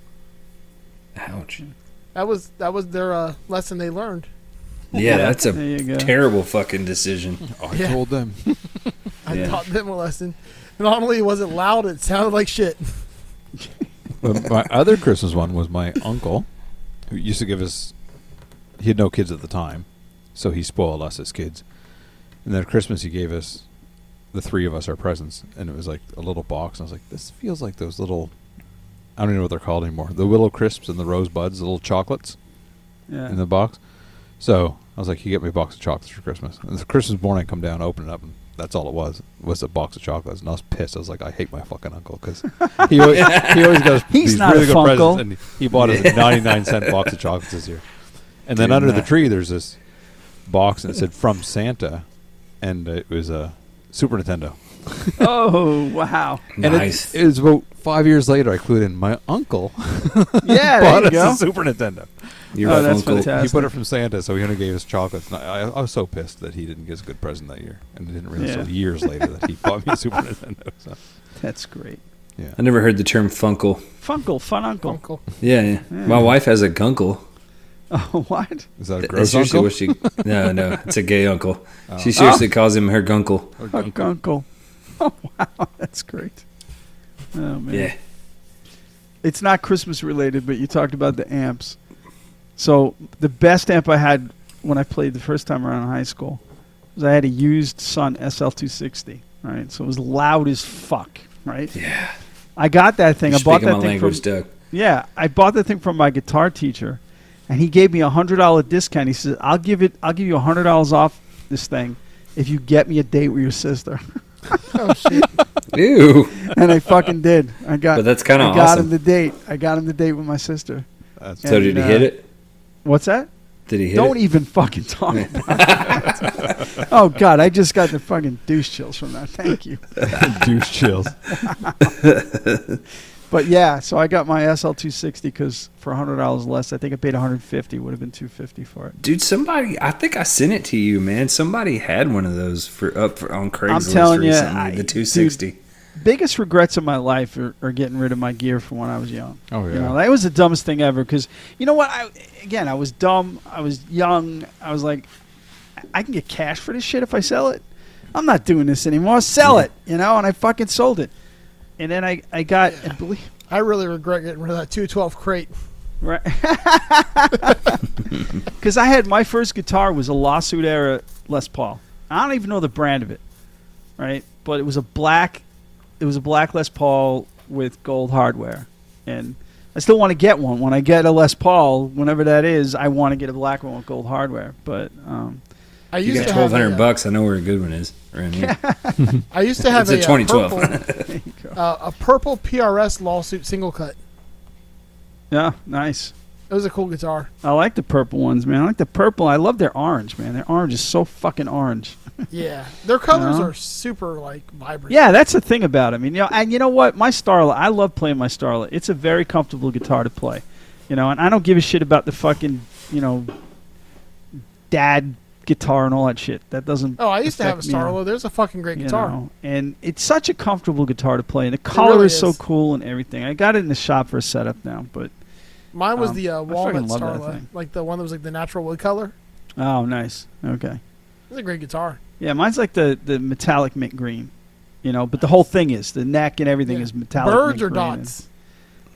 Speaker 1: Ouch.
Speaker 2: That was that was their uh, lesson they learned.
Speaker 1: Yeah, that's
Speaker 4: There
Speaker 1: a
Speaker 4: you go.
Speaker 1: terrible fucking decision.
Speaker 3: Oh, I
Speaker 2: Yeah.
Speaker 3: told them.
Speaker 2: I
Speaker 1: Yeah.
Speaker 2: taught them a lesson. Not only was it loud, it sounded like
Speaker 4: [LAUGHS]
Speaker 2: shit.
Speaker 3: But my other Christmas one was my uncle, who used to give us. He had no kids at the time, so he spoiled us as kids. And then at Christmas, he gave us the three of us our presents, and it was like a little box. And I was like, "This feels like those little." I don't even know what they're called anymore. The willow crisps and the rose buds, the little chocolates
Speaker 4: Yeah.
Speaker 3: in the box. So I I was like, "You get me a box of chocolates for Christmas." And it's Christmas morning, I come down, open it up, and that's all it was was a box of chocolates. And I was pissed. I was like, "I hate my fucking uncle
Speaker 4: [LAUGHS]
Speaker 3: because he always, he always got us
Speaker 4: He's
Speaker 3: these
Speaker 4: not
Speaker 3: really
Speaker 4: a
Speaker 3: good
Speaker 4: Funkle.
Speaker 3: presents, and he bought us a ninety nine cent box of chocolates this year." And then
Speaker 1: Dude,
Speaker 3: under the
Speaker 1: nah.
Speaker 3: tree, there's this box and it said "From Santa," and it was a Super Nintendo.
Speaker 4: [LAUGHS] oh wow!
Speaker 3: And it-
Speaker 1: Nice.
Speaker 3: it, was about five years later. I clued in my uncle [LAUGHS]
Speaker 4: Yeah,
Speaker 3: bought
Speaker 4: [LAUGHS] there you
Speaker 3: us
Speaker 4: go.
Speaker 3: a Super Nintendo.
Speaker 1: Your
Speaker 4: Oh, that's
Speaker 1: uncle-
Speaker 4: fantastic.
Speaker 3: He put it from Santa, so he only gave us chocolates. And I, I, I was so pissed that he didn't get us a good present that year, and I didn't realize
Speaker 4: Yeah.
Speaker 3: until years later that he bought me a
Speaker 4: [LAUGHS]
Speaker 3: Super Nintendo. So,
Speaker 4: That's great.
Speaker 3: yeah,
Speaker 1: I never heard the term funkle.
Speaker 4: Funkle, fun uncle.
Speaker 2: Uncle.
Speaker 1: Yeah, yeah. My wife has a gunkle.
Speaker 4: Oh, [LAUGHS] what?
Speaker 3: is that a
Speaker 1: Th-
Speaker 3: gross
Speaker 1: seriously
Speaker 3: uncle? Oh.
Speaker 1: what she no no it's a gay uncle she seriously calls him her gunkle
Speaker 3: Or
Speaker 4: A
Speaker 3: gunk?
Speaker 4: gunkle. [LAUGHS] Oh wow, that's great. Oh man.
Speaker 1: yeah
Speaker 4: it's not Christmas related, but you talked about the amps. So the best amp I had when I played the first time around in high school was I had a used Sun SL260. Right, so it was loud as fuck. Right.
Speaker 1: yeah
Speaker 4: I got that thing.
Speaker 1: You're
Speaker 4: I bought
Speaker 1: speaking
Speaker 4: that
Speaker 1: my
Speaker 4: thing from
Speaker 1: language doug
Speaker 4: yeah, I bought the thing from my guitar teacher, and he gave me a hundred dollar discount. He says, "I'll give it. I'll give you a hundred dollars off this thing if you get me a date with your sister." [LAUGHS]
Speaker 2: Oh shit.
Speaker 1: ew [LAUGHS]
Speaker 4: and I fucking did. I got.
Speaker 1: But that's kinda
Speaker 4: I got
Speaker 1: awesome.
Speaker 4: him the date. I got him the date with my sister.
Speaker 3: That's
Speaker 1: so
Speaker 3: [LAUGHS]
Speaker 4: And,
Speaker 1: did he
Speaker 4: uh,
Speaker 1: hit it
Speaker 4: What's that?
Speaker 1: did he hit
Speaker 4: Don't
Speaker 1: it
Speaker 4: even fucking talk about it. oh god, I just got the fucking douche chills from that. Thank you.
Speaker 3: douche chills.
Speaker 4: But yeah, so I got my SL260 because for hundred dollars less, I think I paid 150. Would have been 250 for it.
Speaker 1: dude somebody i think i sent it to you man somebody had one of those for up for, on craigslist
Speaker 4: telling ya,
Speaker 1: recently
Speaker 4: I-
Speaker 1: the 260
Speaker 4: biggest regrets of my life are, are getting rid of my gear from when I was young.
Speaker 3: Oh,
Speaker 4: You
Speaker 3: yeah.
Speaker 4: know, that was the dumbest thing ever. Because you know what? I again, I was dumb. I was young. I was like, I- I can get cash for this shit if I sell it. I'm not doing this anymore. Sell it, you know. And I fucking sold it. And then I I got and believe
Speaker 2: I really regret getting rid of that 212 crate.
Speaker 4: right [LAUGHS] because I had my first guitar was a lawsuit era Les Paul. I don't even know the brand of it, right? But it was a black, it was a black Les Paul with gold hardware, and I still want to get one. When I get a Les Paul, whenever that is, I want to get a black one with gold hardware. But um, [LAUGHS]
Speaker 2: I
Speaker 1: you
Speaker 2: used
Speaker 1: got
Speaker 2: to have
Speaker 1: 1200
Speaker 2: a, uh,
Speaker 1: bucks i know where a good one is
Speaker 2: [LAUGHS]
Speaker 1: around here
Speaker 2: I used to have
Speaker 1: It's a
Speaker 2: uh,
Speaker 1: 2012.
Speaker 2: purple,
Speaker 4: there you go.
Speaker 2: uh, a purple PRS lawsuit single cut.
Speaker 4: yeah, nice.
Speaker 2: It was a cool guitar.
Speaker 4: [LAUGHS] I like the purple ones, man. I like the purple. I love their orange, man. Their orange is so fucking orange.
Speaker 2: Yeah, their colors
Speaker 4: No.
Speaker 2: are super like vibrant.
Speaker 4: Yeah, that's the thing about it. I mean, you know, and you know what? My Starlet, I love playing my Starlet. It's a very comfortable guitar to play, you know. And I don't give a shit about the fucking, you know, dad guitar and all that shit. That doesn't.
Speaker 2: Oh, I used to have a
Speaker 4: affect me, you know,
Speaker 2: Starlo. There's a fucking great
Speaker 4: you
Speaker 2: guitar.
Speaker 4: know. and it's such a comfortable guitar to play, and the color
Speaker 2: really
Speaker 4: is so
Speaker 2: is.
Speaker 4: cool and everything. I got it in the shop for a setup now, but
Speaker 2: Mine was
Speaker 4: Um,
Speaker 2: the uh,
Speaker 4: fucking
Speaker 2: walnut
Speaker 4: love that thing.
Speaker 2: Starlo, like the one that was like the natural wood color.
Speaker 4: oh, nice. Okay.
Speaker 2: It's a great guitar.
Speaker 4: Yeah, mine's like the the metallic mint green, you know. But the whole thing is the neck and everything
Speaker 2: Yeah.
Speaker 4: is metallic.
Speaker 2: Birds
Speaker 4: mint
Speaker 2: or
Speaker 4: green and-
Speaker 2: dots?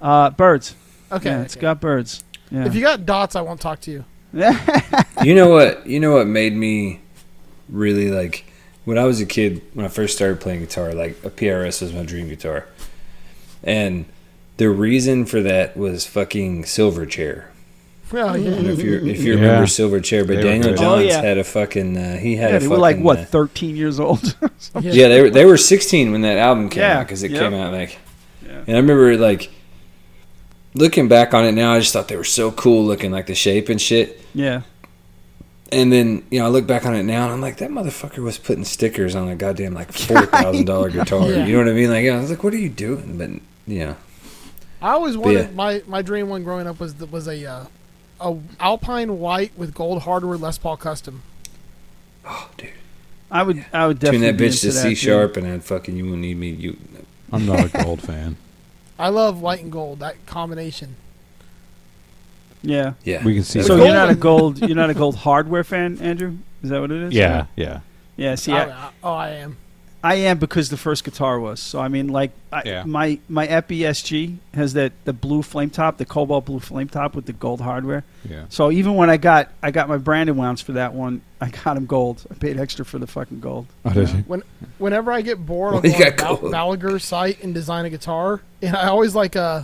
Speaker 4: Uh, birds.
Speaker 2: Okay,
Speaker 4: yeah, it's
Speaker 2: okay.
Speaker 4: got birds. Yeah.
Speaker 2: If you got dots, I won't talk to you.
Speaker 1: [LAUGHS] you know what you know what made me really like when i was a kid when i first started playing guitar like a prs was my dream guitar and the reason for that was fucking Silverchair.
Speaker 2: [LAUGHS] Oh,
Speaker 1: I don't know
Speaker 2: yeah.
Speaker 1: if you if you
Speaker 3: Yeah.
Speaker 1: remember Silverchair,
Speaker 3: They
Speaker 1: but
Speaker 3: were
Speaker 1: Daniel
Speaker 3: good.
Speaker 1: Johns
Speaker 4: Oh, yeah.
Speaker 1: had a fucking uh, he had
Speaker 4: yeah,
Speaker 1: a
Speaker 4: they
Speaker 1: fucking
Speaker 4: were like what,
Speaker 1: uh,
Speaker 4: 13 years old. [LAUGHS]
Speaker 1: yeah, they were they were 16 when that album came
Speaker 4: Yeah,
Speaker 1: out because it
Speaker 4: yep.
Speaker 1: came out like,
Speaker 4: Yeah.
Speaker 1: and I remember like looking back on it now, I just thought they were so cool looking, like the shape and shit.
Speaker 4: yeah,
Speaker 1: And then you know I look back on it now and I'm like that motherfucker was putting stickers on a goddamn
Speaker 4: [LAUGHS]
Speaker 1: like four thousand dollar guitar.
Speaker 2: Yeah.
Speaker 1: You know what I mean? Like yeah, I was like, what are you doing? But yeah,
Speaker 2: I always wanted
Speaker 1: yeah.
Speaker 2: my my dream one growing up was the, was a uh, a Alpine white with gold hardware Les Paul custom.
Speaker 1: oh dude,
Speaker 4: I would, I would
Speaker 1: tune
Speaker 4: definitely
Speaker 1: that
Speaker 4: be
Speaker 1: bitch
Speaker 4: into
Speaker 1: to C
Speaker 4: dude.
Speaker 1: sharp and I'd fucking you wouldn't need me. You
Speaker 3: I'm not a gold
Speaker 4: [LAUGHS]
Speaker 3: fan.
Speaker 2: I love white and gold. That combination.
Speaker 4: Yeah.
Speaker 1: yeah,
Speaker 3: We can see.
Speaker 1: That's
Speaker 4: So
Speaker 2: Gold
Speaker 4: you're not a
Speaker 2: and-
Speaker 4: gold,
Speaker 1: [LAUGHS]
Speaker 4: you're not a gold hardware fan, Andrew? Is that what it is?
Speaker 3: yeah, yeah,
Speaker 4: Yeah. See, I,
Speaker 2: I- I- oh, I am.
Speaker 4: I am because the first guitar was. So I mean, like, I,
Speaker 3: Yeah.
Speaker 4: my my Epi SG has that the blue flame top, the cobalt blue flame top with the gold hardware.
Speaker 3: yeah.
Speaker 4: So even when I got I got my Brandon wounds for that one, I got him gold. I paid extra for the fucking gold.
Speaker 3: Oh, did you?
Speaker 2: When whenever I get bored, I'll
Speaker 1: Well,
Speaker 2: go
Speaker 1: you got
Speaker 2: on Bal-
Speaker 1: gold.
Speaker 2: Balaguer site and design a guitar. And I always like uh,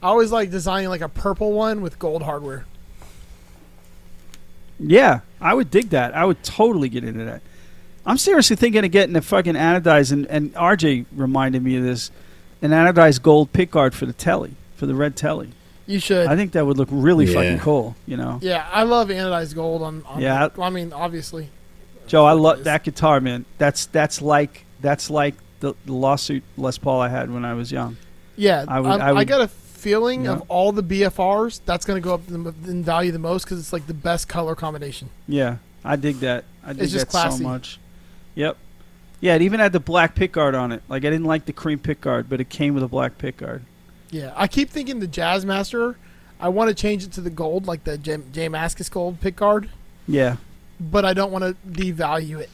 Speaker 2: I always like designing like a purple one with gold hardware.
Speaker 4: Yeah, I would dig that. I would totally get into that. I'm seriously thinking of getting a fucking anodized, and, and RJ reminded me of this an anodized gold pick guard for the telly, for the red telly.
Speaker 2: You should.
Speaker 4: I think that would look really
Speaker 1: Yeah.
Speaker 4: fucking cool, you know?
Speaker 2: yeah, I love anodized gold on. on
Speaker 4: Yeah.
Speaker 2: I mean, obviously.
Speaker 4: Joe, I
Speaker 2: Fuck
Speaker 4: love
Speaker 2: this.
Speaker 4: that guitar, man. That's that's like that's like the, the lawsuit Les Paul I had when I was young.
Speaker 2: Yeah,
Speaker 4: I
Speaker 2: I,
Speaker 4: would-
Speaker 2: I,
Speaker 4: I would-
Speaker 2: got a feeling
Speaker 4: Yeah.
Speaker 2: of all the BFRs that's going to go up in, the- in value the most because it's like the best color combination.
Speaker 4: Yeah, I dig that. I dig
Speaker 2: just
Speaker 4: that
Speaker 2: classy.
Speaker 4: so much. Yep. Yeah, it even had the black pick guard on it. Like I didn't like the cream pick guard, but it came with a black pick guard.
Speaker 2: Yeah, I keep thinking the Jazzmaster. I want to change it to the gold, like the J. J. Mascis gold pick guard,
Speaker 4: Yeah.
Speaker 2: but I don't want to devalue it.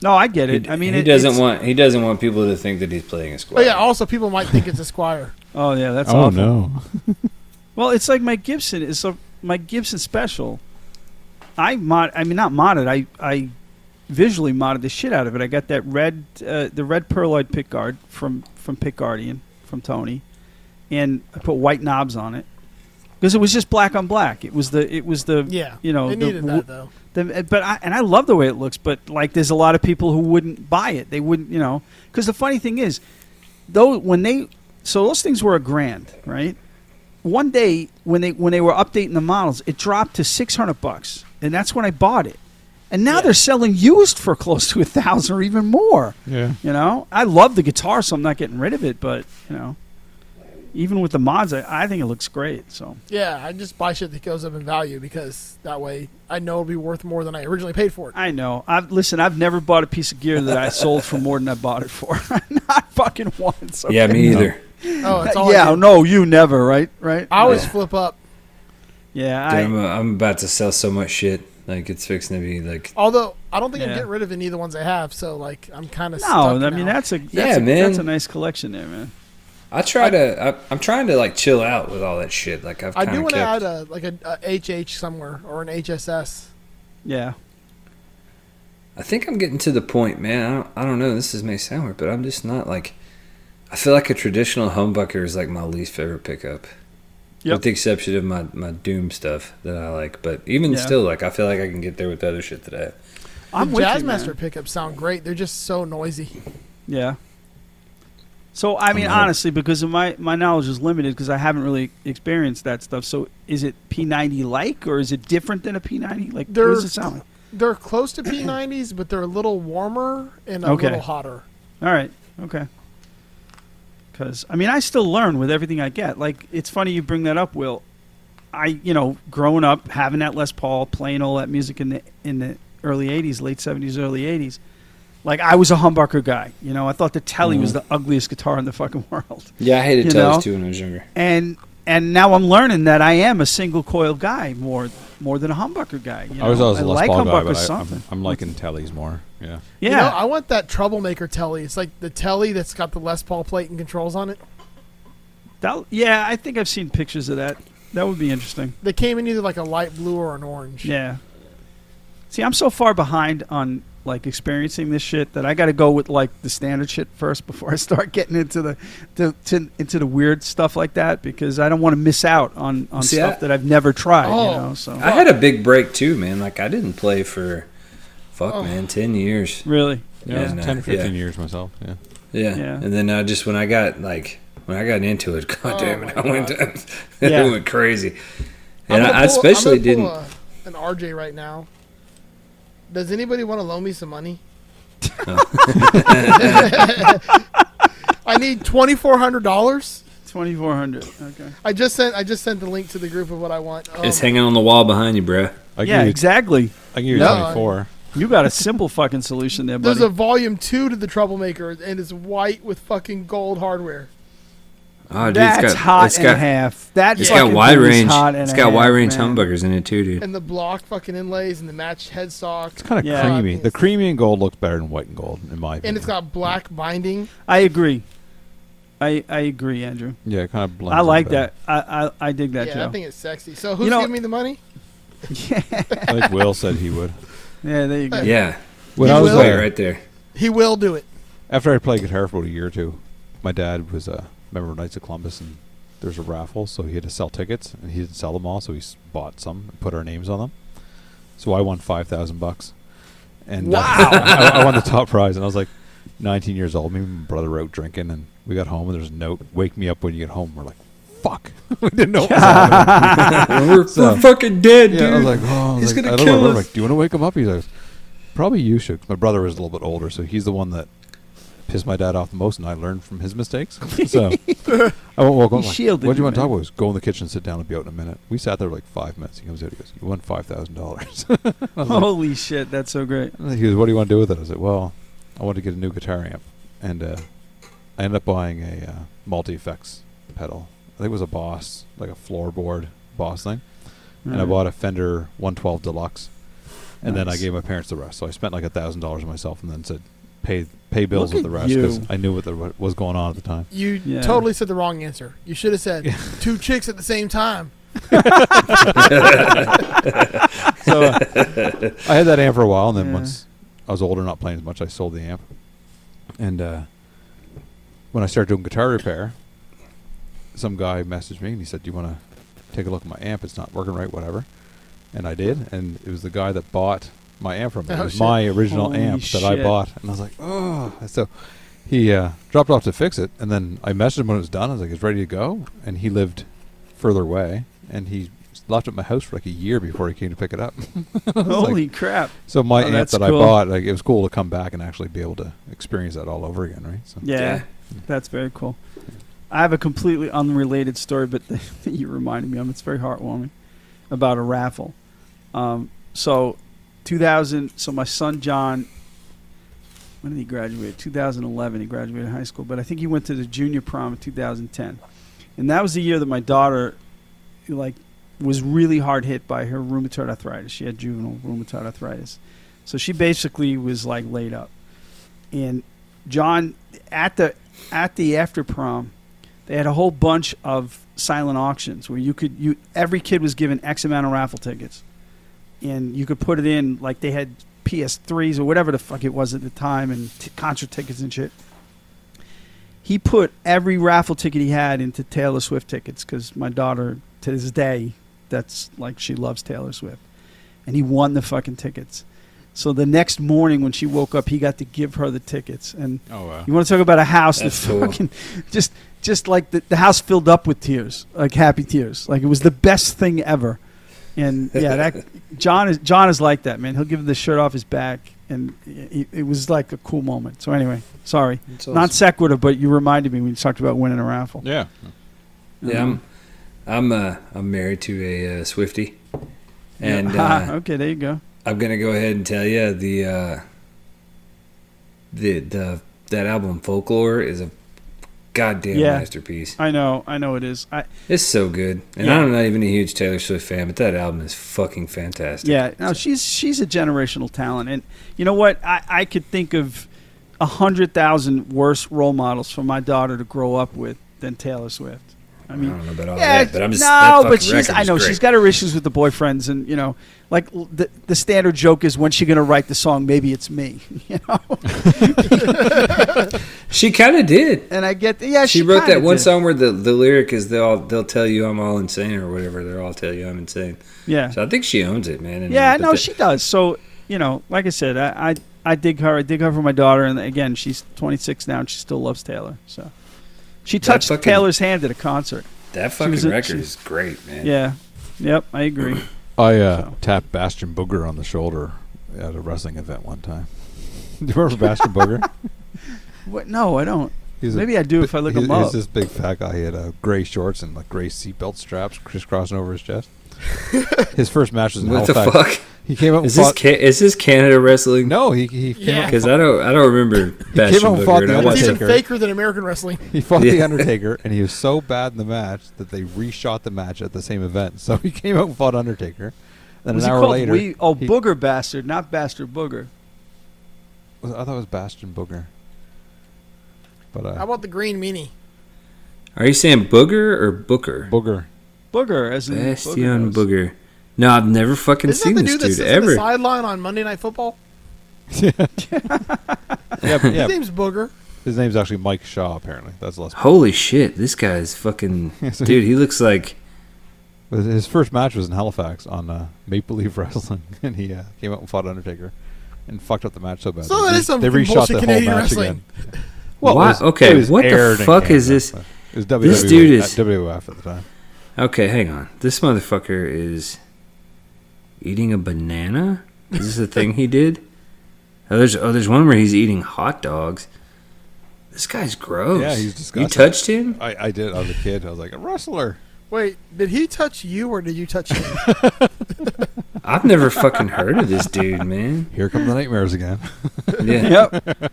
Speaker 4: No, I get
Speaker 1: He,
Speaker 4: it. I mean,
Speaker 1: he
Speaker 4: it-
Speaker 1: doesn't
Speaker 4: it's-
Speaker 1: want he doesn't want people to think that he's playing a squad.
Speaker 2: Oh yeah, also people might think it's a Squire.
Speaker 4: Oh yeah, that's
Speaker 3: oh
Speaker 4: awful.
Speaker 3: no!
Speaker 4: Well, it's like my Gibson is a my Gibson special. I mod, I mean not modded. I I visually modded the shit out of it. I got that red uh, the red perloid pickguard from from Pick Guardian from Tony, and I put white knobs on it because it was just black on black. It was the it was the
Speaker 2: Yeah,
Speaker 4: you know
Speaker 2: they
Speaker 4: the
Speaker 2: needed
Speaker 4: wo-
Speaker 2: that though.
Speaker 4: the, but I, and I love the way it looks, but like there's a lot of people who wouldn't buy it. They wouldn't, you know, because the funny thing is, though, when they so those things were a grand, right? One day when they when they were updating the models, it dropped to six hundred bucks, and that's when I bought it. And now
Speaker 2: Yeah.
Speaker 4: they're selling used for close to a thousand or even more.
Speaker 3: Yeah,
Speaker 4: You know, I love the guitar, so I'm not getting rid of it. But you know, even with the mods, I, I think it looks great. So
Speaker 2: Yeah, I just buy shit that goes up in value because that way I know it'll be worth more than I originally paid
Speaker 4: [LAUGHS]
Speaker 2: for it.
Speaker 4: I know. I've listen. I've never bought a piece of gear that I sold for more than I bought it for. [LAUGHS] Not fucking once. okay?
Speaker 1: Yeah, me
Speaker 3: No.
Speaker 1: either.
Speaker 2: Oh, it's all I,
Speaker 4: yeah.
Speaker 2: do.
Speaker 4: no, you never. Right. Right.
Speaker 2: I always
Speaker 1: Yeah.
Speaker 2: flip up.
Speaker 4: yeah.
Speaker 1: Dude,
Speaker 4: I,
Speaker 1: I'm, uh, I'm about to sell so much shit. Like it's fixing to be like.
Speaker 2: Although I don't think I'm
Speaker 4: Yeah.
Speaker 2: getting rid of any of the ones I have, so like I'm kind of
Speaker 4: no. I mean, that's a that's,
Speaker 1: Yeah,
Speaker 4: a,
Speaker 1: man.
Speaker 4: that's a nice collection there, man.
Speaker 1: I try to. I, I'm trying to like chill out with all that shit. Like I've
Speaker 2: I
Speaker 1: kind
Speaker 2: do
Speaker 1: of
Speaker 2: want
Speaker 1: kept.
Speaker 2: to add a like a, a HH somewhere or an HSS.
Speaker 4: Yeah.
Speaker 1: I think I'm getting to the point, man. I don't, I don't know. This is may sound weird, but I'm just not like. I feel like a traditional humbucker is like my least favorite pickup,
Speaker 4: Yep.
Speaker 1: with the exception of my my doom stuff that I like. But even
Speaker 4: Yeah.
Speaker 1: still, like I feel like I can get there with the other shit that I have.
Speaker 4: I'm
Speaker 2: the
Speaker 4: with you,
Speaker 2: Jazzmaster
Speaker 4: man.
Speaker 2: pickups sound great. They're just so noisy.
Speaker 4: Yeah. So I mean,
Speaker 1: I'm out.
Speaker 4: honestly, because of my my knowledge is limited because I haven't really experienced that stuff. So is it P90 like, or is it different than a P90? Like, what does
Speaker 2: They're-
Speaker 4: it sound like?
Speaker 2: They're close to
Speaker 4: [CLEARS THROAT]
Speaker 2: P90s, but they're a little warmer and a
Speaker 4: Okay.
Speaker 2: little hotter.
Speaker 4: All right. Okay. Because I mean, I still learn with everything I get. Like it's funny you bring that up, Will. I you know growing up having that Les Paul, playing all that music in the in the early '80s, late '70s, early '80s. Like I was a humbucker guy. You know, I thought the Telly was
Speaker 3: Mm-hmm.
Speaker 4: the ugliest guitar in the fucking [LAUGHS] world.
Speaker 1: Yeah, I hated
Speaker 4: You
Speaker 1: tells
Speaker 4: know?
Speaker 1: too when I was younger.
Speaker 4: And and now I'm learning that I am a single coil guy more more than a humbucker guy. You know?
Speaker 3: I was always a Les
Speaker 4: like
Speaker 3: Paul guy,
Speaker 4: humbucker
Speaker 3: but I,
Speaker 4: something.
Speaker 3: I'm, I'm liking Tellys more. Yeah,
Speaker 4: yeah.
Speaker 2: You know, I want that troublemaker telly. It's like the telly that's got the Les Paul plate and controls on it.
Speaker 4: that, yeah. I think I've seen pictures of that. That would be interesting.
Speaker 2: They came in either like a light blue or an orange.
Speaker 4: Yeah. See, I'm so far behind on like experiencing this shit that I got to go with like the standard shit first [LAUGHS] before I start getting into the to, to into the weird stuff like that because I don't want to miss out on on
Speaker 1: See,
Speaker 4: stuff
Speaker 1: I-
Speaker 4: that I've never tried.
Speaker 2: Oh.
Speaker 4: you know, so
Speaker 1: I had a big break too, man. Like I didn't play for, fuck,
Speaker 2: Oh.
Speaker 1: man, ten years.
Speaker 4: really,
Speaker 3: yeah, it was
Speaker 1: Yeah.
Speaker 3: ten or fifteen
Speaker 1: Yeah.
Speaker 3: years myself. Yeah,
Speaker 1: Yeah.
Speaker 4: Yeah.
Speaker 1: And then I just when I got like when I got into it, [LAUGHS] god
Speaker 2: Oh
Speaker 1: damn it,
Speaker 2: my
Speaker 1: I went [LAUGHS]
Speaker 4: Yeah.
Speaker 1: I went crazy.
Speaker 2: I'm
Speaker 1: And
Speaker 2: gonna
Speaker 1: I, I
Speaker 2: pull- I'm
Speaker 1: especially
Speaker 2: gonna
Speaker 1: didn't.
Speaker 2: pull a- an RJ right now. Does anybody want to loan me
Speaker 1: [LAUGHS]
Speaker 2: some money? [LAUGHS] I need twenty four hundred dollars.
Speaker 4: twenty four hundred. Okay.
Speaker 2: I just sent I just sent the link to the group of what I want. Um,
Speaker 1: It's hanging on the wall behind you, bruh.
Speaker 3: I
Speaker 4: yeah,
Speaker 3: give you,
Speaker 4: exactly.
Speaker 3: I give you
Speaker 2: No.
Speaker 3: twenty four.
Speaker 4: You got a simple fucking solution there,
Speaker 2: there's
Speaker 4: buddy.
Speaker 2: a volume two to the troublemaker, and it's white with fucking gold hardware.
Speaker 1: Oh, dude,
Speaker 4: That's
Speaker 1: it's got,
Speaker 4: hot
Speaker 1: it's
Speaker 4: and
Speaker 1: got,
Speaker 4: a half. That
Speaker 1: It's
Speaker 4: fucking
Speaker 1: got wide
Speaker 4: thing is
Speaker 1: range.
Speaker 4: Hot and
Speaker 1: It's
Speaker 4: a
Speaker 1: got
Speaker 4: half,
Speaker 1: wide range
Speaker 4: man.
Speaker 1: humbuckers in it too,
Speaker 2: [LAUGHS]
Speaker 1: dude.
Speaker 2: And the block fucking inlays and the matched headstock.
Speaker 3: It's kind of
Speaker 4: Yeah.
Speaker 3: creamy. The creamy and gold looks better than white and gold, in my opinion.
Speaker 2: and it's got black binding.
Speaker 4: I agree. I I agree, Andrew.
Speaker 3: yeah, it kind of blends.
Speaker 4: I
Speaker 3: in
Speaker 4: like
Speaker 3: better.
Speaker 4: that. I I, I dig that,
Speaker 2: yeah,
Speaker 4: Joe.
Speaker 2: that thing is sexy. So who's
Speaker 4: You know-
Speaker 2: giving me the money?
Speaker 3: I think Will said he
Speaker 4: [LAUGHS]
Speaker 3: would.
Speaker 4: yeah, there you go.
Speaker 1: Yeah.
Speaker 3: When
Speaker 2: You
Speaker 3: I
Speaker 1: That
Speaker 3: was
Speaker 2: will?
Speaker 3: there,
Speaker 1: right there.
Speaker 2: He will do it.
Speaker 3: after I played guitar for about a year or two, my dad was a member of Knights of Columbus, and there's a raffle, so he had to sell tickets, and he didn't sell them all, so he s- bought some and put our names on them. So I won five thousand bucks, and uh,
Speaker 2: Wow.
Speaker 3: [LAUGHS] I, I won the top prize. And I was like, nineteen years old. Me and my brother were out drinking, and we got home, and there's a note: "Wake me up when you get home." We're like, "Fuck!" [LAUGHS] we didn't know. What was happening.
Speaker 1: we're, we're fucking dead,
Speaker 3: Yeah, I was
Speaker 1: dude.
Speaker 3: like, oh, I was
Speaker 1: He's
Speaker 3: like-
Speaker 1: gonna
Speaker 3: I told
Speaker 1: kill
Speaker 3: my brother,
Speaker 1: us.
Speaker 3: Like, Do you want to wake him up? He's like, probably you should. 'cause My brother was a little bit older, so he's the one that pissed my dad off the most, and I learned from his
Speaker 4: [LAUGHS]
Speaker 3: mistakes. so I won't walk
Speaker 4: He
Speaker 3: up. Like,
Speaker 4: shielded
Speaker 3: what do
Speaker 4: you,
Speaker 3: you want to
Speaker 4: man.
Speaker 3: talk about? He goes, Go in the kitchen, sit down, and be out in a minute. We sat there like five minutes. He comes out, he goes, you won five thousand dollars. [LAUGHS]
Speaker 4: [LAUGHS] Holy shit, that's so great.
Speaker 3: And he goes, "What do you want to do with it?" I said, "Well, I want to get a new guitar amp," and uh, I ended up buying a uh, multi effects pedal. I think it was a Boss, like a floorboard Boss thing, and I
Speaker 4: Alright.
Speaker 3: bought a Fender 112 Deluxe, and then I
Speaker 1: Nice.
Speaker 3: gave my parents the rest. So I spent like a thousand dollars on myself, and then said, "Pay pay bills
Speaker 4: Look
Speaker 3: with the
Speaker 4: at
Speaker 3: rest," because
Speaker 4: you.
Speaker 3: I knew what the, what was going on at the time.
Speaker 2: You
Speaker 4: Yeah.
Speaker 2: totally said the wrong answer. You should have said two chicks at the same time.
Speaker 3: So uh, [LAUGHS] I had that amp for a while, and then
Speaker 4: Yeah.
Speaker 3: once I was older, not playing as much, I sold the amp. And uh, when I started doing guitar repair, some guy messaged me and he said, "Do you want to take a look at my amp? It's not working right, whatever." And I did, and it was the guy that bought my amp from me.
Speaker 2: Oh,
Speaker 3: it was
Speaker 2: shit.
Speaker 3: my original
Speaker 4: Holy
Speaker 3: amp that I
Speaker 4: shit.
Speaker 3: bought, and I was like, "Oh!" And So he uh, dropped off to fix it, and then I messaged him when it was done. I was like, "It's ready to go," and he lived further away, and he left at my house for like a year before he came to pick it up. [LAUGHS]
Speaker 4: Holy crap.
Speaker 3: So my
Speaker 4: Oh,
Speaker 3: amp
Speaker 4: that's
Speaker 3: that
Speaker 4: cool.
Speaker 3: I bought, like it was cool to come back and actually be able to experience that all over again, right? So
Speaker 4: Yeah, [LAUGHS]
Speaker 1: Yeah.
Speaker 4: that's very cool. I have a completely unrelated story, but [LAUGHS] that you reminded me of. It's very heartwarming about a raffle. Um, so, 2000. So my son John, when did he graduate? 2011. He graduated high school, but I think he went to the junior prom in 2010, and that was the year that my daughter, like, was really hard hit by her rheumatoid arthritis. She had juvenile rheumatoid arthritis, so she basically was like laid up, and John at the at the after prom, they had a whole bunch of silent auctions where you could you every kid was given X amount of raffle tickets, and you could put it in like they had PS3s or whatever the fuck it was at the time and t- concert tickets and shit. He put every raffle ticket he had into Taylor Swift tickets because my daughter to this day, that's like she loves Taylor Swift, and he won the fucking tickets. So the next morning when she woke up, he got to give her the tickets and.
Speaker 3: oh wow.
Speaker 4: You want to talk about a house that
Speaker 1: That's cool.
Speaker 4: fucking [LAUGHS] just just like the, the house filled up with tears, like happy tears. Like it was the best thing ever. And yeah,
Speaker 1: [LAUGHS]
Speaker 4: that John is John is like that, man. He'll give the shirt off his back and it, it was like a cool moment. So anyway, sorry.
Speaker 1: It's
Speaker 4: Not sequitur, but you reminded me when you talked about winning a raffle.
Speaker 3: Yeah.
Speaker 1: Yeah, I'm I'm uh, I'm married to a uh, Swifty,
Speaker 4: [LAUGHS]
Speaker 1: and uh,
Speaker 4: okay, there you go.
Speaker 1: I'm gonna go ahead and tell you the uh, the the that album Folklore is a goddamn
Speaker 4: Yeah.
Speaker 1: masterpiece.
Speaker 4: I know, I know it is. I
Speaker 1: It's so good, and
Speaker 4: Yeah.
Speaker 1: I'm not even a huge Taylor Swift fan, but that album is fucking fantastic.
Speaker 4: Yeah, no, she's she's a generational talent, and you know what? I, I could think of a hundred thousand worse role models for my daughter to grow up with than Taylor Swift. I
Speaker 1: I,
Speaker 4: mean,
Speaker 1: don't know about all
Speaker 4: yeah,
Speaker 1: that, Oh, but I'm just that
Speaker 4: no,
Speaker 1: fucking
Speaker 4: but she's
Speaker 1: record
Speaker 4: I
Speaker 1: is
Speaker 4: know
Speaker 1: great.
Speaker 4: she's got her issues with the boyfriends, and you know, like l- the the standard joke is when's she gonna write the song? Maybe it's me, [LAUGHS] you know.
Speaker 1: she kind of did.
Speaker 4: And I get yeah, she,
Speaker 1: She, wrote
Speaker 4: kinda
Speaker 1: that one
Speaker 4: did.
Speaker 1: song where the, the lyric is they'll they'll tell you I'm all insane or whatever. They'll all tell you I'm insane.
Speaker 4: Yeah,
Speaker 1: So I think she owns it, man. And
Speaker 4: yeah,
Speaker 1: but
Speaker 4: no,
Speaker 1: the-
Speaker 4: she does. So you know, like I said, I, I I dig her. I dig her for my daughter, and again, she's 26 now, and she still loves Taylor. So she touched
Speaker 1: fucking-
Speaker 4: Taylor's hand at a concert.
Speaker 1: that
Speaker 4: was
Speaker 1: fucking
Speaker 4: a-
Speaker 1: record
Speaker 4: she-
Speaker 1: is great, man.
Speaker 4: Yeah, yep, I agree.
Speaker 1: [CLEARS THROAT]
Speaker 3: I uh,
Speaker 4: So.
Speaker 3: tapped Bastion Booger on the shoulder at a wrestling event one time. [LAUGHS] Do you remember Bastion
Speaker 4: [LAUGHS]
Speaker 3: Booger?
Speaker 4: what? No, I don't.
Speaker 3: He's
Speaker 4: Maybe I do if I look
Speaker 3: he's,
Speaker 4: him up.
Speaker 3: He's this big fat guy. He had uh, gray shorts and like gray seatbelt straps crisscrossing over his
Speaker 4: [LAUGHS]
Speaker 3: chest. his first match was in
Speaker 1: What the
Speaker 3: Halifax.
Speaker 1: fuck?
Speaker 3: He came out
Speaker 1: Is
Speaker 3: and
Speaker 1: this
Speaker 3: fought.
Speaker 1: ca- is this Canada wrestling?
Speaker 3: no, he he came
Speaker 2: Yeah.
Speaker 3: out,
Speaker 1: because I don't I don't remember Bastion
Speaker 3: out and
Speaker 1: Booger,
Speaker 3: fought
Speaker 1: and
Speaker 3: the
Speaker 1: I
Speaker 3: other
Speaker 2: It's
Speaker 1: watched it.
Speaker 3: team.
Speaker 2: even
Speaker 3: Undertaker.
Speaker 2: faker than American wrestling.
Speaker 3: [LAUGHS] He fought the
Speaker 1: Yeah.
Speaker 3: Undertaker, and he was so bad in the match that they reshot the match at the same event. [LAUGHS] So he came out and fought Undertaker. Then
Speaker 4: Was
Speaker 3: an
Speaker 4: he
Speaker 3: hour
Speaker 4: called
Speaker 3: later,
Speaker 4: Wee- oh,
Speaker 3: he-
Speaker 4: Booger Bastard, not Bastard Booger.
Speaker 3: was- I thought it was Bastion Booger. But
Speaker 2: How
Speaker 3: uh,
Speaker 2: about the green meanie?
Speaker 1: Are you saying Booger or Booker?
Speaker 4: [LAUGHS]
Speaker 3: Booger, [LAUGHS]
Speaker 4: Booger, as in
Speaker 1: Bastion
Speaker 4: Booger.
Speaker 1: Booger. No, I've never fucking
Speaker 2: Is that
Speaker 1: seen
Speaker 2: the
Speaker 1: this
Speaker 2: dude that
Speaker 1: dude
Speaker 2: sits on the
Speaker 1: ever.
Speaker 2: sideline on Monday Night Football?
Speaker 3: yeah, but- yeah.
Speaker 2: His name's Booger.
Speaker 3: His name's actually Mike Shaw. Apparently, that's less.
Speaker 1: Holy shit, this guy's fucking
Speaker 3: Yeah, so
Speaker 1: dude. He looks like
Speaker 3: But his first match was in Halifax on uh, Maple Leaf [LAUGHS] Wrestling, and he uh, came out and fought Undertaker, and fucked up the match so bad.
Speaker 2: So
Speaker 3: they,
Speaker 2: that
Speaker 3: re-
Speaker 2: is some
Speaker 3: they reshot
Speaker 2: bullshit
Speaker 3: the
Speaker 2: Canadian
Speaker 3: whole match
Speaker 2: wrestling.
Speaker 3: again.
Speaker 1: Why-
Speaker 3: it was-
Speaker 1: okay,
Speaker 3: it
Speaker 1: [LAUGHS]
Speaker 3: was
Speaker 1: what the
Speaker 3: aired in
Speaker 1: fuck is
Speaker 3: Canada,
Speaker 1: this-
Speaker 3: so It was WWE,
Speaker 1: this dude is-
Speaker 3: uh, WWF at the time.
Speaker 1: Okay, hang on. This motherfucker is eating a banana. Is this a thing he did? Oh, there's oh, there's one where he's eating hot dogs. This guy's gross.
Speaker 3: Yeah, he's
Speaker 1: You
Speaker 3: disgusting.
Speaker 1: touched him?
Speaker 3: I, I did. I was a kid. I was like a wrestler.
Speaker 2: Wait, did he touch you or did you touch him?
Speaker 1: I've never fucking heard of this dude,
Speaker 3: [LAUGHS]
Speaker 1: man.
Speaker 3: Here come the nightmares again.
Speaker 1: Yeah.
Speaker 4: [LAUGHS] Yep.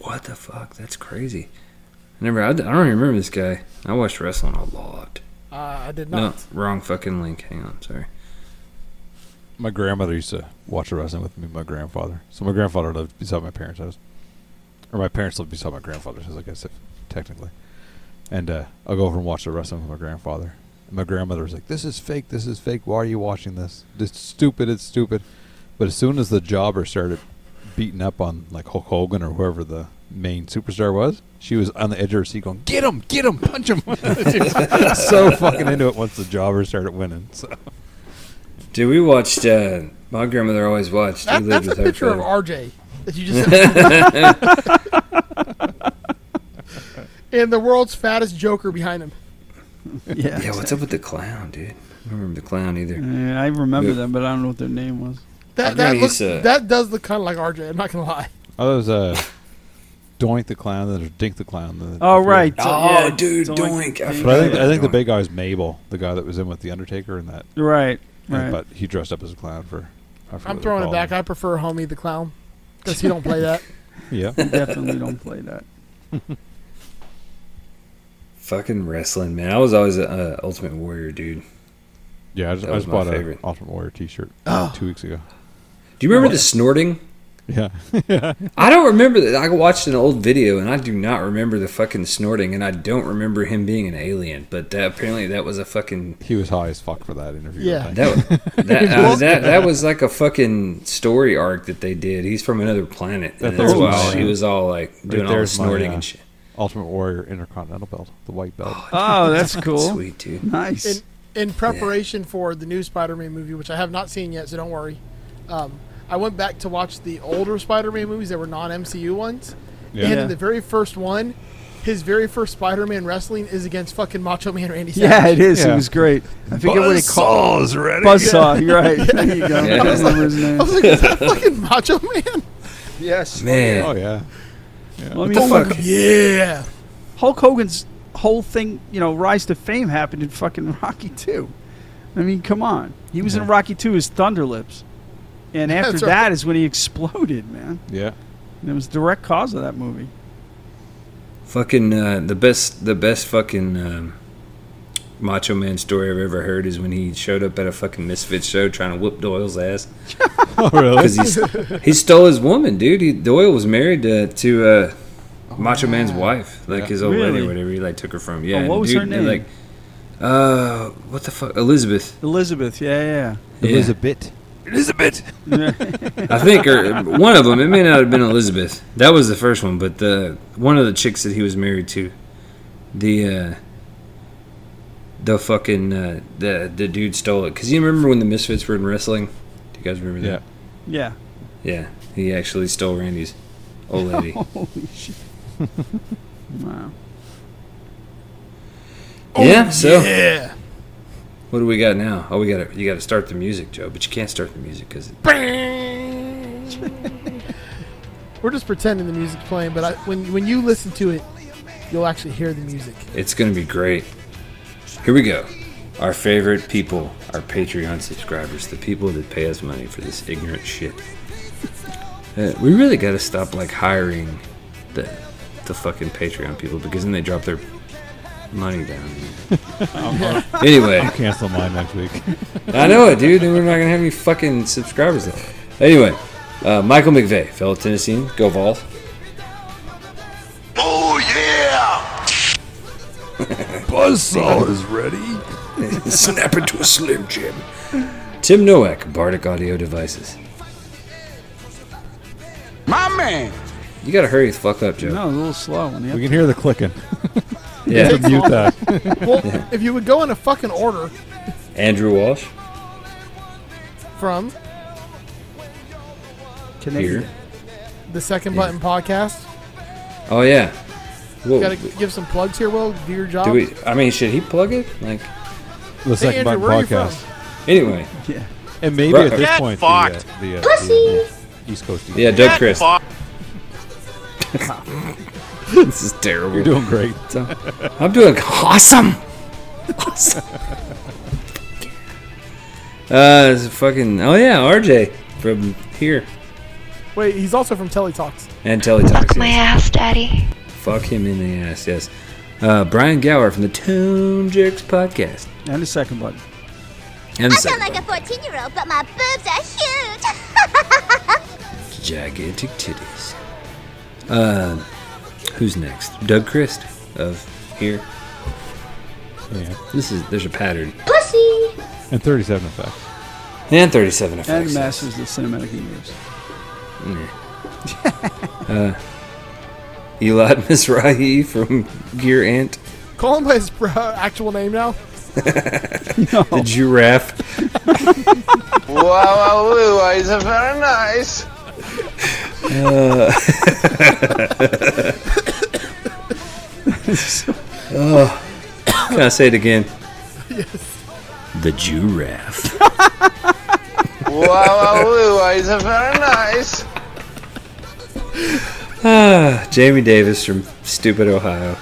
Speaker 1: What the fuck? That's crazy. I never. I, I don't even remember this guy. I watched wrestling a lot.
Speaker 2: uh, I did
Speaker 1: No,
Speaker 2: not.
Speaker 1: wrong fucking link. Hang on, sorry.
Speaker 3: My grandmother used to watch the wrestling with me. and My grandfather. So my grandfather lived beside my parents' house, or my parents lived beside my grandfather's house. I guess if technically, and uh, I'll go over and watch the wrestling with my grandfather. And my grandmother was like, "This is fake. This is fake. Why are you watching this? This is stupid. It's stupid." But as soon as the jobber started beating up on like Hulk Hogan or whoever the main superstar was, she was on the edge of her seat going, "Get him! Get him! Punch him!" [LAUGHS] she was so fucking into it once the jobber started winning. So
Speaker 1: Dude, we watched. Uh, my grandmother always watched. We
Speaker 2: That,
Speaker 1: lived
Speaker 2: that's a
Speaker 1: with her
Speaker 2: picture of
Speaker 1: forever.
Speaker 2: RJ that you just sent me. and the world's fattest Joker behind him.
Speaker 4: yeah.
Speaker 1: Yeah, what's up with the clown, dude? I don't remember the clown
Speaker 2: Mm.
Speaker 1: either.
Speaker 4: Yeah, I remember
Speaker 1: Yeah.
Speaker 4: them, but I don't know what their name was.
Speaker 1: I
Speaker 2: That that
Speaker 1: mean,
Speaker 2: looks
Speaker 1: he's a-
Speaker 2: that does look kind of like RJ. I'm not gonna lie.
Speaker 3: Oh, that was uh, Doink the Clown, then there's Dink the Clown. Then there's-
Speaker 4: Oh, right. So,
Speaker 1: Oh,
Speaker 4: yeah,
Speaker 1: dude,
Speaker 4: Doink.
Speaker 1: doink.
Speaker 4: Doink.
Speaker 3: But I think, I think the
Speaker 1: Doink.
Speaker 3: big guy was Mabel, the guy that was in with The Undertaker and that.
Speaker 4: Right. Right.
Speaker 3: But he dressed up as a clown for. I forget what
Speaker 2: I'm
Speaker 3: they
Speaker 2: throwing it
Speaker 3: call
Speaker 2: back.
Speaker 3: him.
Speaker 2: I prefer Homie the Clown because he don't play that.
Speaker 3: Yeah.
Speaker 4: [LAUGHS] Definitely don't play that.
Speaker 1: Fucking wrestling, man. I was always a uh, Ultimate Warrior, dude.
Speaker 3: Yeah, I just,
Speaker 1: That
Speaker 3: I
Speaker 1: was
Speaker 3: just
Speaker 1: my
Speaker 3: bought a
Speaker 1: favorite.
Speaker 3: Ultimate Warrior t shirt
Speaker 2: Oh.
Speaker 3: two weeks ago. [LAUGHS]
Speaker 1: Do you remember the snorting?
Speaker 3: Yeah. [LAUGHS]
Speaker 1: I don't remember that. I watched an old video and I do not remember the fucking snorting, and I don't remember him being an alien. But that, apparently, that was a fucking
Speaker 3: He was high as fuck for that interview.
Speaker 2: Yeah.
Speaker 3: I think.
Speaker 4: [LAUGHS]
Speaker 1: that that, uh, that that was like a fucking story arc that they did. He's from another planet, and
Speaker 3: That's
Speaker 1: that's
Speaker 3: my-
Speaker 1: why he was all like doing all the
Speaker 3: there's my,
Speaker 1: snorting
Speaker 3: uh,
Speaker 1: and shit.
Speaker 3: Ultimate Warrior Intercontinental belt, the white belt.
Speaker 4: Oh, that's cool.
Speaker 1: [LAUGHS] Sweet dude.
Speaker 4: Nice.
Speaker 2: In in preparation for the new Spider-Man movie, which I have not seen yet, so don't worry. Um, I went back to watch the older Spider-Man movies that were non-MCU ones,
Speaker 3: yeah.
Speaker 2: and
Speaker 4: Yeah.
Speaker 2: in the very first one, his very first Spider-Man wrestling is against fucking Macho Man Randy Savage.
Speaker 4: Yeah, it is.
Speaker 3: Yeah.
Speaker 4: It was great. I forget what it called.
Speaker 3: is ready.
Speaker 4: Buzzsaw. You're right. There you go.
Speaker 1: Yeah.
Speaker 4: I don't remember his name.
Speaker 2: I was like, is that fucking Macho Man?
Speaker 4: Yes.
Speaker 1: Man,
Speaker 3: Oh, yeah. Yeah.
Speaker 4: Let me
Speaker 1: the
Speaker 4: look.
Speaker 1: fuck?
Speaker 2: Oh Yeah.
Speaker 4: Hulk Hogan's whole thing, you know, rise to fame happened in fucking Rocky 2. I mean, come on. He was in Rocky 2 as Thunderlips. And after
Speaker 2: That's
Speaker 4: that is
Speaker 2: right.
Speaker 4: when he exploded, man.
Speaker 3: Yeah. [LAUGHS]
Speaker 4: And it was direct cause of that movie.
Speaker 1: Fucking uh, the best, the best fucking um, Macho Man story I've ever heard is when he showed up at a fucking Misfit show trying to whoop Doyle's ass
Speaker 3: Oh, really?
Speaker 1: because he he stole his woman, dude. He, Doyle was married to, to uh, Macho Man's wife, like
Speaker 3: Yeah.
Speaker 1: his old lady
Speaker 4: Oh, Really?
Speaker 1: or whatever. He like took her from. Yeah,
Speaker 4: Oh,
Speaker 1: and
Speaker 4: what
Speaker 1: the
Speaker 4: was her
Speaker 1: dude, he,
Speaker 4: name?
Speaker 1: Like, uh, what the fuck, Elizabeth.
Speaker 4: Elizabeth, yeah,
Speaker 1: Yeah.
Speaker 3: Elizabeth. Elizabeth.
Speaker 4: yeah.
Speaker 1: I think, or one of them. It may not have been Elizabeth. That was the first one, but the one of the chicks that he was married to, the uh, the fucking uh, the the dude stole it. Cause you remember when the Misfits were in wrestling? Do you guys remember
Speaker 3: Yeah.
Speaker 1: that?
Speaker 4: [LAUGHS] yeah.
Speaker 1: Yeah. Yeah. He actually stole Randy's old lady.
Speaker 4: [LAUGHS] Holy
Speaker 1: [LAUGHS]
Speaker 4: shit. wow.
Speaker 1: yeah. So
Speaker 2: Yeah.
Speaker 1: what do we got now? Oh, we got to you got to start the music, Joe. But you can't start the music because
Speaker 2: Bang. We're just pretending the music's playing, but I, when when you listen to it, you'll actually hear the music.
Speaker 1: it's gonna be great. Here we go. Our favorite people, our Patreon subscribers, the people that pay us money for this ignorant shit. Uh, we really got to stop like hiring the the fucking Patreon people because then they drop their money down. anyway,
Speaker 3: Cancel mine next week.
Speaker 1: I know it, dude. Then we're not gonna have any fucking subscribers. Then. Anyway, uh, Michael McVeigh, fellow Tennessean, go Vols.
Speaker 5: Oh
Speaker 1: [LAUGHS]
Speaker 5: yeah! Buzzsaw is ready.
Speaker 1: [LAUGHS] Snap into a slim jim. Tim Nowak, Bardic Audio Devices.
Speaker 5: My man!
Speaker 1: You gotta hurry the fuck up, Joe.
Speaker 4: No, it was a little slow. On the
Speaker 3: We can hear the clicking. [LAUGHS]
Speaker 1: Yeah.
Speaker 2: It takes
Speaker 3: Mute
Speaker 2: long.
Speaker 3: that.
Speaker 2: Well, if you would go in a fucking order
Speaker 1: Andrew Walsh
Speaker 2: from
Speaker 1: here.
Speaker 2: the Second Button podcast,
Speaker 1: Oh yeah. Whoa.
Speaker 2: you gotta give some plugs here. Will do your job.
Speaker 1: Do we? I mean, should he plug it? Like,
Speaker 3: The second
Speaker 2: Andrew,
Speaker 3: button
Speaker 2: where are you
Speaker 3: podcast.
Speaker 1: anyway.
Speaker 4: Yeah.
Speaker 3: And maybe
Speaker 1: Right.
Speaker 3: at this
Speaker 5: Get
Speaker 3: point, the, uh,
Speaker 5: fucked.
Speaker 3: the, uh, the, uh, East Coast.
Speaker 1: Yeah,
Speaker 5: Get
Speaker 1: Doug Chris.
Speaker 5: fucked.
Speaker 1: [LAUGHS] This is terrible.
Speaker 3: you're doing great.
Speaker 1: I'm doing awesome. Awesome. [LAUGHS] Uh, it's fucking. Oh yeah, RJ from here
Speaker 2: Wait, he's also from Teletalks.
Speaker 1: and Teletalks.
Speaker 6: Fuck my
Speaker 1: yes.
Speaker 6: ass, daddy.
Speaker 1: Fuck him in the ass. Yes. Uh, Brian Gower from the Tone Jerks podcast.
Speaker 4: And the second button.
Speaker 1: And
Speaker 7: I
Speaker 1: the
Speaker 7: sound
Speaker 1: second
Speaker 7: like a 14 year old, but my boobs are huge.
Speaker 1: one, gigantic titties. Uh, who's next? Doug Christ of here.
Speaker 3: Yeah.
Speaker 1: This is there's a pattern.
Speaker 7: Pussy.
Speaker 3: And 37 effect.
Speaker 1: And 37
Speaker 4: And
Speaker 1: effects.
Speaker 4: Masters of the Cinematic Universe.
Speaker 1: Elad [LAUGHS] Mizrahi from Gear Ant.
Speaker 2: Call him by his uh, actual name now.
Speaker 5: Oh.
Speaker 1: The giraffe.
Speaker 5: Wow, wow, wow, wow, it's very nice.
Speaker 1: Can I say it again? Yes. The giraffe. [LAUGHS]
Speaker 5: Wow, wow, wow, wow, it's very nice.
Speaker 1: ah, Jamie Davis from Stupid Ohio.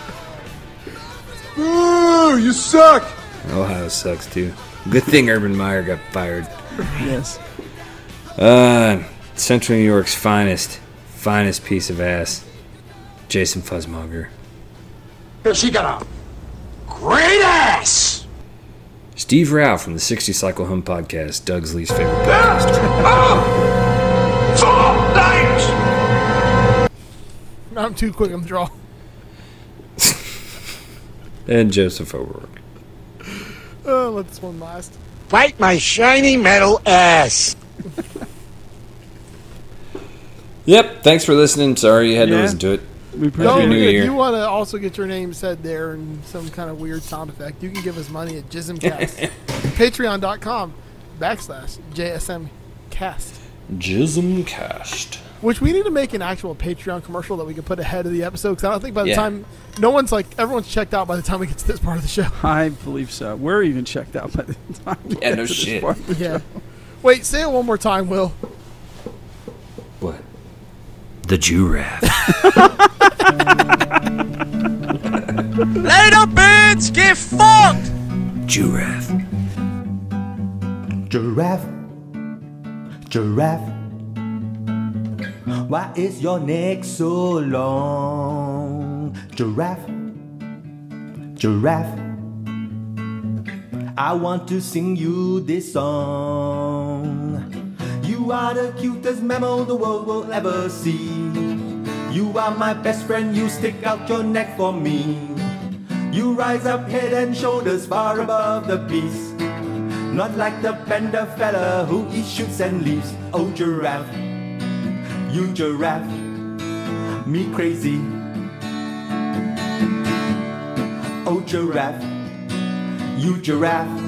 Speaker 5: Ooh, you suck.
Speaker 1: Ohio sucks too. Good thing Urban Meyer got fired.
Speaker 4: Yes.
Speaker 1: Uh, Central New York's finest, finest piece of ass, Jason Fuzzmonger.
Speaker 5: She got a great ass.
Speaker 1: Steve Rao from the 60 Cycle Home Podcast, Doug's least favorite podcast.
Speaker 5: Four nights.
Speaker 2: I'm too quick on the draw.
Speaker 1: And Joseph O'Rourke.
Speaker 2: Uh, let this one last.
Speaker 5: Bite my shiny metal ass.
Speaker 1: Yep, thanks for listening. Sorry you had to
Speaker 4: Yeah.
Speaker 1: listen to it.
Speaker 4: We
Speaker 2: No,
Speaker 1: Happy
Speaker 4: appreciate
Speaker 1: New
Speaker 4: it.
Speaker 2: if
Speaker 1: Year.
Speaker 2: Oh, you want to also get your name said there and some kind of weird sound effect, you can give us money
Speaker 1: [LAUGHS]
Speaker 2: at jismcast. Patreon.com backslash JSMcast.
Speaker 1: Jism Cast.
Speaker 2: Which we need to make an actual Patreon commercial that we can put ahead of the episode because I don't think by the
Speaker 1: Yeah.
Speaker 2: time no one's like everyone's checked out by the time we get to this part of
Speaker 1: [LAUGHS]
Speaker 2: the show.
Speaker 4: I believe so. We're even checked out by the time. we
Speaker 1: Yeah,
Speaker 4: get
Speaker 1: no
Speaker 4: to [LAUGHS] this
Speaker 1: shit.
Speaker 4: part.
Speaker 2: Yeah. Wait, say it one more time, Will.
Speaker 1: What? The giraffe.
Speaker 5: Little birds get fucked.
Speaker 1: giraffe.
Speaker 8: Giraffe. Giraffe. Why is your neck so long? Giraffe. Giraffe. I want to sing you this song. You are the cutest mammal the world will ever see. You are my best friend, you stick out your neck for me. You rise up head and shoulders far above the beast. Not like the panda fella who eats shoots and leaves. Oh giraffe, you giraffe, me crazy. Oh giraffe, you giraffe,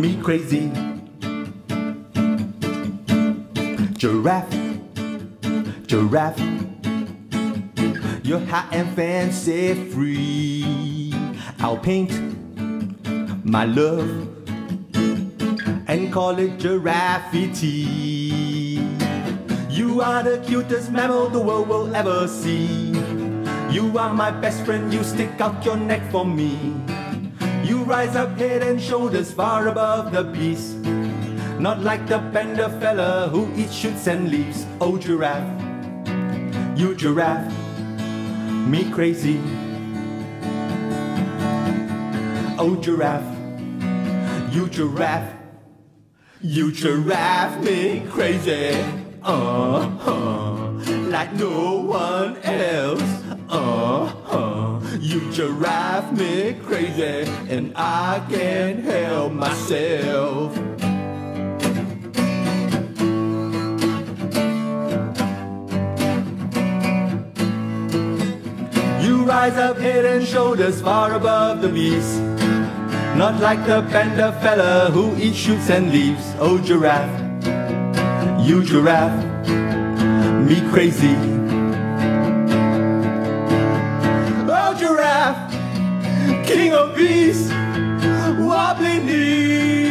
Speaker 8: me crazy. Giraffe, giraffe, you're high and fancy free. I'll paint my love and call it giraffity. You are the cutest mammal the world will ever see. You are my best friend, you stick out your neck for me. You rise up head and shoulders far above the beast. Not like the bender fella who eats shoots and leaves. Oh giraffe, you giraffe, me crazy. Oh giraffe. You giraffe, you giraffe me crazy. Uh huh. Like no one else. Uh huh. You giraffe me crazy, and I can't help myself. You rise rise up head and shoulders far above the beast. Not like the panda fella who eats shoots and leaves. Oh giraffe, you giraffe, me crazy. Oh giraffe, king of beasts, wobbly knees.